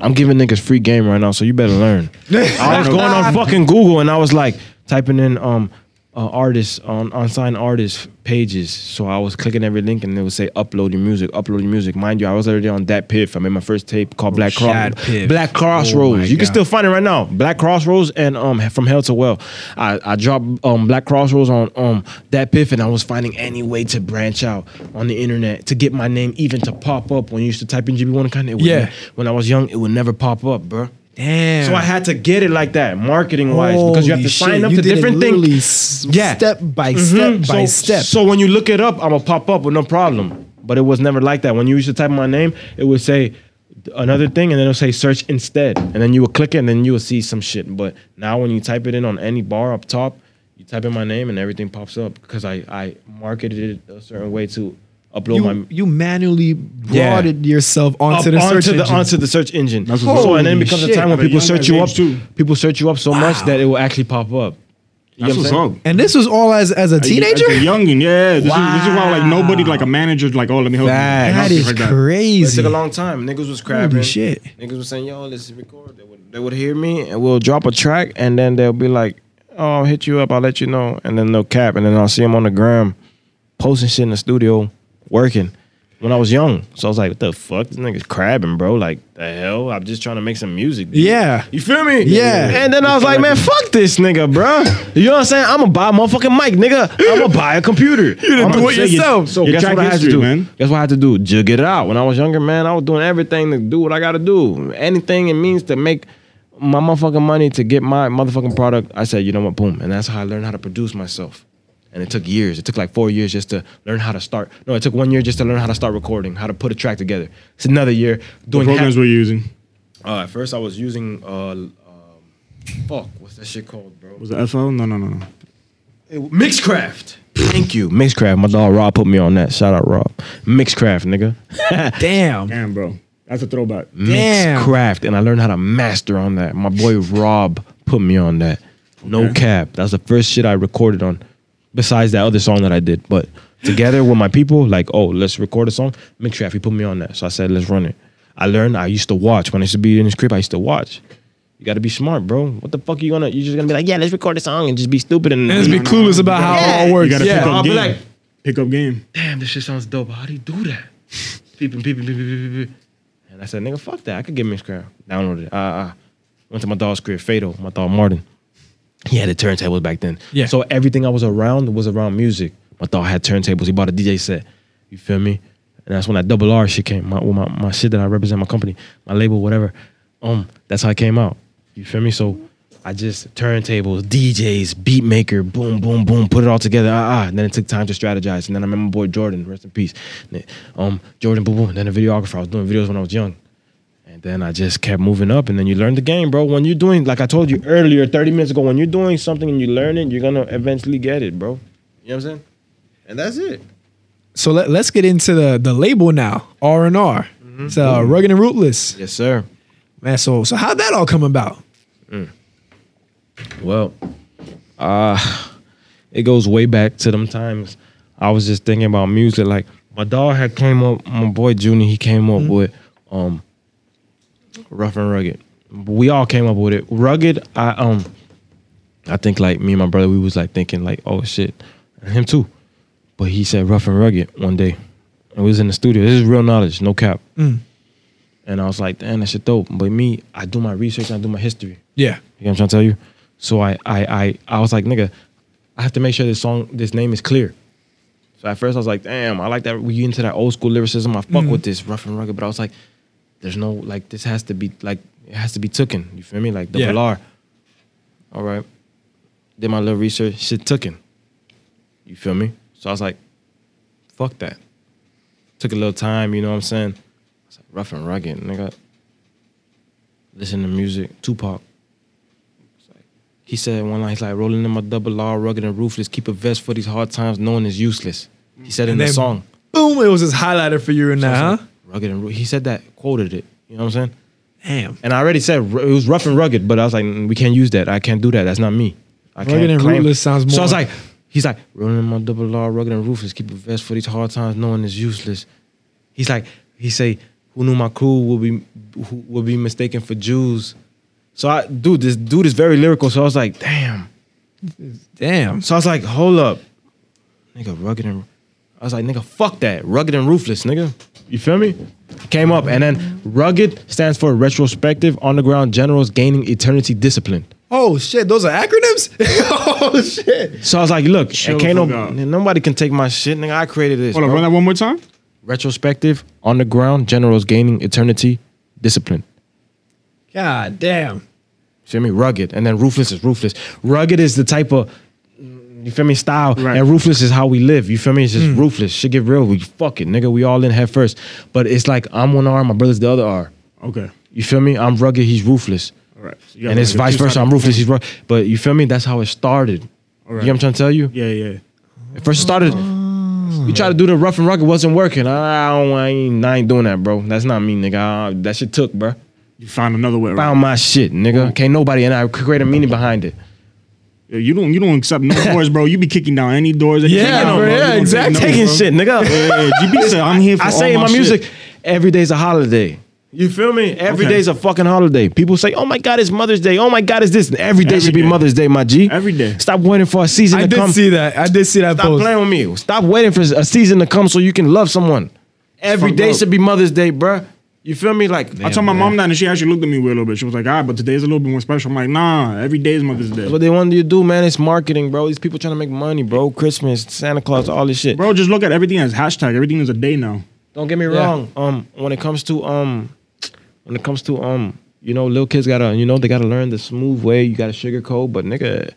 I'm giving niggas free game right now, so you better learn. I was going on fucking Google, and I was like typing in um. Uh, artists on unsigned artists pages. So I was clicking every link and it would say upload your music, upload your music. Mind you, I was already on that piff. I made my first tape called Black Cross, That Oh, Piff. Oh Black Crossroads. my you can God. still find it right now. Black Crossroads and um from Hell to Well. I, I dropped um Black Crossroads on um that piff and I was finding any way to branch out on the internet to get my name even to pop up when you used to type in GB one kind of Yeah. when I was young it would never pop up, bruh. Damn. So I had to get it like that, marketing wise, because you have Holy to sign shit, up you to did it different literally things. s- Yeah. Step by Mhm. step by so, step. So when you look it up, I'ma pop up with no problem. But it was never like that. When you used to type my name, it would say another thing, and then it'll say search instead, and then you would click it, and then you would see some shit. But now when you type it in on any bar up top, you type in my name, and everything pops up because I I marketed it a certain way to upload my you, you manually Yeah. brought it yourself onto the onto the onto search the, engine. onto the search engine. That's what's so up. and then Holy becomes a shit. time when At a people young search age, you up. too. People search you up so much that it will actually pop up. You know That's what I'm what's saying? up. and this was all as as a teenager. As a youngin, yeah. This, is, this is why like nobody like a manager's like, oh, let me help Facts. you. that Nothing is like But It crazy. took a long time. Niggas was crabbing. shit. Niggas was saying, yo, let's record. They would, they would hear me and we'll drop a track and then they'll be like, oh, I'll hit you up. I'll let you know. And then they'll cap. And then I'll see them on the gram posting shit in the studio working when I was young. So I was like, what the fuck? This nigga's crabbing, bro. Like, the hell? I'm just trying to make some music. dude." Yeah. You feel me? Yeah. And then I was like, man, fuck this nigga, bro. You know what I'm saying? I'm gonna buy a motherfucking mic, nigga. I'm gonna buy a computer. You didn't do it yourself. So You guess track what I had to history, do, man. Guess what I had to do? Jig it out. When I was younger, man, I was doing everything to do what I gotta do. Anything it means to make my motherfucking money to get my motherfucking product. I said, you know what, boom. And that's how I learned how to produce myself. And it took years. It took like four years just to learn how to start. No, it took one year just to learn how to start recording, how to put a track together. It's another year The doing programs half- we're using uh, at first, I was using uh, um, fuck, what's that shit called, bro? was the FL. No, no, no, no. Mixcraft. Thank you, Mixcraft. My dog Rob put me on that. Shout out Rob. Mixcraft, nigga. Damn. Damn, bro, that's a throwback. Mm. Damn. Mixcraft, and I learned how to master on that. My boy Rob put me on that. No Okay. cap. That was the first shit I recorded on. Besides that other song that I did, but together with my people, like, oh, let's record a song. Mixcraft, he put me on that. So I said, let's run it. I learned. I used to watch when I used to be in his crib. I used to watch. You gotta be smart, bro. What the fuck are you gonna? You're just gonna be like, yeah, let's record a song and just be stupid And and let's be clueless about how it all You works. gotta yeah. pick I'll up be game. like- pick up game. damn, this shit sounds dope. How do you do that? Peeping, peeping, peeping, peeping, peeping. And I said, nigga, fuck that. I could get Mixcraft. Downloaded it. Uh, uh. Went to my dog's crib, Fatal, my dog Martin. He had a turntable back then. Yeah. So everything I was around was around music. My dog had turntables. He bought a DJ set. You feel me? And that's when that double R shit came. My, well, my, my shit that I represent, my company, my label, whatever. Um, that's how it came out. You feel me? So I just turntables, DJs, beat maker, boom, boom, boom, put it all together. Ah, ah. And then it took time to strategize. And then I remember my boy Jordan, rest in peace. Um, Jordan, boom, boom. And then a videographer. I was doing videos when I was young. And then I just kept moving up, and then you learn the game, bro. When you're doing, like I told you earlier, 30 minutes ago, when you're doing something and you learn it, you're gonna eventually get it, bro. You know what I'm saying? And that's it. So let, let's get into the the label now. R and R. Mm-hmm. It's uh, rugged and rootless. Yes, sir. Man, so so how'd that all come about? Well, uh, it goes way back to them times. I was just thinking about music. Like my dog had came up, my boy Junior, he came up with um Rough and Rugged. We all came up with it. Rugged, I um I think like me and my brother, we was like thinking like, oh shit. And him too. But he said rough and rugged one day. And we was in the studio. This is real knowledge, no cap. And I was like, damn, that shit dope. But me, I do my research, I do my history. Yeah. You know what I'm trying to tell you? So I I I, I was like, nigga, I have to make sure this song, this name is clear. So at first I was like, damn, I like that. We into that old school lyricism. I fuck with this rough and rugged, but I was like, there's no like this has to be like it has to be tooken. You feel me? Like double Yeah. R. All right. Did my little research, shit tooken. You feel me? So I was like, fuck that. Took a little time, you know what I'm saying? I was like, rough and rugged, nigga. Listen to music, Tupac. He said one line, he's like, rolling in my double R, rugged and ruthless, keep a vest for these hard times, knowing is useless. He said And in the then- Uh-huh. song. Boom! It was just highlighted for you and I was now. like, Huh? Rugged and ru-" he said that, quoted it. You know what I'm saying? Damn. And I already said ru- it was rough and rugged, but I was like, "Mm, we can't use that. I can't do that. That's not me. I Rugged can't and claim- ruthless sounds So I was more- like, he's like, rolling in my double R, rugged and ruthless, keep a vest for these hard times, knowing is useless. He's like, he say, who knew my crew would be who would be mistaken for Jews. So I, dude, this dude is very lyrical. So I was like, damn. Damn. So I was like, hold up. Nigga, rugged and I was like, nigga, fuck that. Rugged and ruthless, nigga. You feel me? Came up and then rugged stands for retrospective underground generals gaining eternity discipline. Oh shit! Those are acronyms. oh shit! So I was like, look, and the can't fuck no, out. nobody can take my shit, nigga. I created this. Hold on, bro. run that one more time. Retrospective underground generals gaining eternity discipline. God damn. Feel me? Rugged. And then ruthless is ruthless. Rugged is the type of you feel me? Style Right. Hmm. and ruthless is how we live. You feel me? It's just ruthless. Shit get real. We fuck it, nigga. We all in head first. But it's like I'm one arm, my brother's the other arm. Okay. You feel me? I'm rugged. He's ruthless. All right. So you got And like it's a vice versa. two-sided- I'm ruthless. He's rugged. But you feel me? That's how it started. You know what I'm trying to tell you? Yeah, yeah. At First it started. You try to do the rough and rugged, wasn't working. I don't. I ain't, I ain't doing that, bro. That's not me, nigga. I- that shit took, bro. You found another way around. Found my shit, nigga. Can't nobody. And I create a meaning behind it. Yeah, You don't you don't accept no doors, bro. You be kicking down any doors. that you Yeah, come out, bro, You yeah, don't take exactly. no, Taking bro. shit, nigga. Yeah, yeah, GB said, I'm here for I all say in my shit." music, every day's a holiday. You feel me? Every Okay. day's a fucking holiday. People say, "Oh my God, it's Mother's Day." Oh my God, it's this. Every day Every should be day. Mother's Day, my G. Every day. Stop waiting for a season I to did come. see that. I did see that Stop post. playing with me. Stop waiting for a season to come so you can love someone. Every Fuck day up. should be Mother's Day, bruh. You feel me? Like I told my mom that, and she actually looked at me weird a little bit. She was like, "Ah, but today's a little bit more special." I'm like, "Nah, every day is Mother's Day, That's what they want you to do, man. It's marketing, bro. These people trying to make money, bro. Christmas, Santa Claus, all this shit. bro. Just look at everything as hashtag. Everything is a day now. Don't get me wrong. Um, when it comes to um, when it comes to um, you know, little kids gotta, you know, they gotta learn the smooth way. You gotta sugarcoat, but nigga,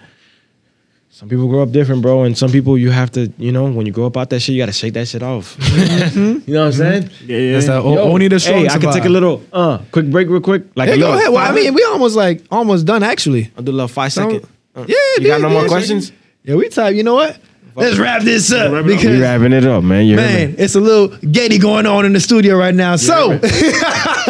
some people grow up different, bro. And some people you have to, you know, when you grow up out that shit, you gotta shake that shit off. you know what I'm saying? Yeah, yeah. That's that o- Yo, Mm-hmm. Oh, only the strong Hey, I can take a survive. little uh, quick break, real quick. Like, Hey, a go little ahead. Well, I five- mean, we almost like almost done actually. I'll do a little five second. Uh, Yeah, you got yeah, no more yeah. questions? Yeah, we type. You know what? Let's wrap this up wrap it up. because We wrapping it up, man. You hear me? man, it's a little getty going on in the studio right now. so,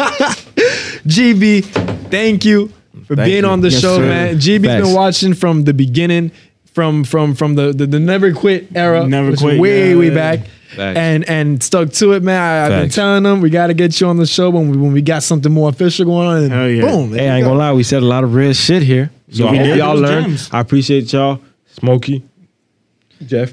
GB, thank you for Thank being you. on the Yes, show, sir. man. GB's Facts. been watching from the beginning, from from from the the, the never quit era, Never which is quit, way yeah. way back. Facts. And and stuck to it, man. I, I've been Facts. telling them we got to get you on the show when we when we got something more official going on. And Hell yeah. Boom! there Hey, I you ain't go. gonna lie, we said a lot of real shit here. So Yeah, I we hope did. y'all Those learned. gems. I appreciate y'all. Smokey, Jeff,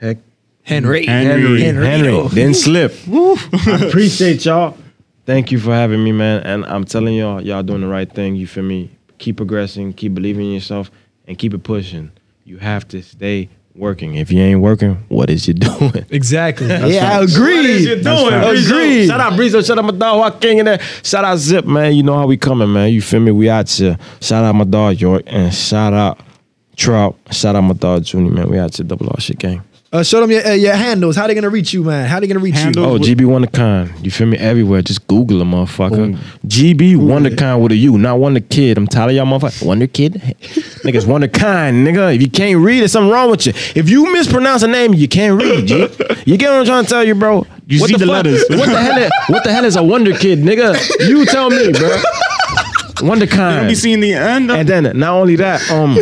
Heck, Henry. Henry. Henry. Henry, didn't slip. I appreciate y'all. Thank you for having me, man. And I'm telling y'all, y'all doing the right thing. You feel me? Keep progressing, keep believing in yourself, and keep it pushing. You have to stay working. If you ain't working, what is you doing? Exactly. yeah, I What is you agree. doing, facts. Breezo? Agreed. Shout out Breezo. Shout out my dog Joaquin in there. Shout out Zip, man. You know how we coming, man. You feel me? We out here. Shout out my dog York and shout out Trout. Shout out my dog Junior, man. We out here. Double R shit gang. Uh, show them your, uh, your handles. How they gonna reach you, man? How they gonna reach Handles? Oh, Those GB WonderCon. You feel me? Everywhere. Just Google them, motherfucker. GB WonderCon with a U, not Wonder Kid. I'm tired of y'all motherfucker. Wonder Kid? Niggas WonderCon, nigga. If you can't read, there's something wrong with you. If you mispronounce a name, you can't read, G. You get what I'm trying to tell you, bro? You what see the fuck- letters. What the, hell is, what the hell is a Wonder Kid, nigga? You tell me, bro. You'll be WonderCon. seeing the end. Of- And then not only that, um,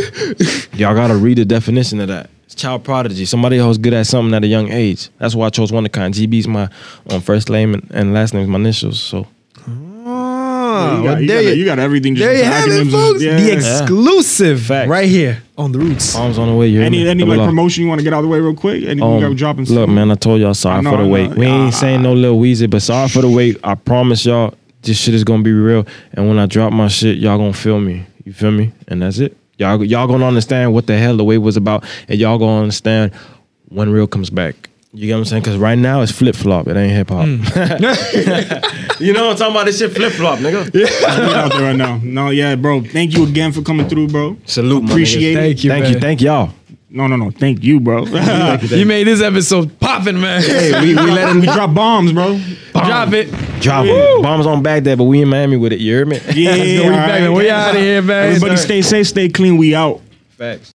y'all gotta read the definition of that. It's child prodigy, somebody who's good at something at a young age. That's why I chose WonderCon. GB's my um, first name and, and last name is my initials. So uh, Ah, you, well, got, you, there got, you, you got everything. Just there you with the have it, acronyms. folks. Yeah. The exclusive Facts. right here on the Roots. arms on the way. You any any like promotion you want to get out of the way real quick? Anything you got dropping? Um, look, soon? man, I told y'all sorry I know, for the I know. wait. We ain't Ah. saying no little Weezy, but sorry for the wait. I promise y'all, this shit is gonna be real. And when I drop my shit, y'all gonna feel me. You feel me? And that's it. Y'all y'all gonna understand what the hell the wait was about, and y'all gonna understand when real comes back. You get what I'm saying? Cause right now it's flip flop. It ain't hip hop. you know what I'm talking about? This shit flip flop, nigga. Get out there right now. No, yeah, bro. Thank you again for coming through, bro. Salute, my Appreciate it. niggas. Thank you, Thank you, man. thank y'all. No, no, no. Thank you, bro. You made this episode popping, man. Hey, we, we letting we drop bombs, bro. Drop it. drop 'em. bombs on Baghdad, but we in Miami with it. You hear me? Yeah, we all back, right. man. We outta here, man. Everybody, stay safe, stay clean. We out. Facts.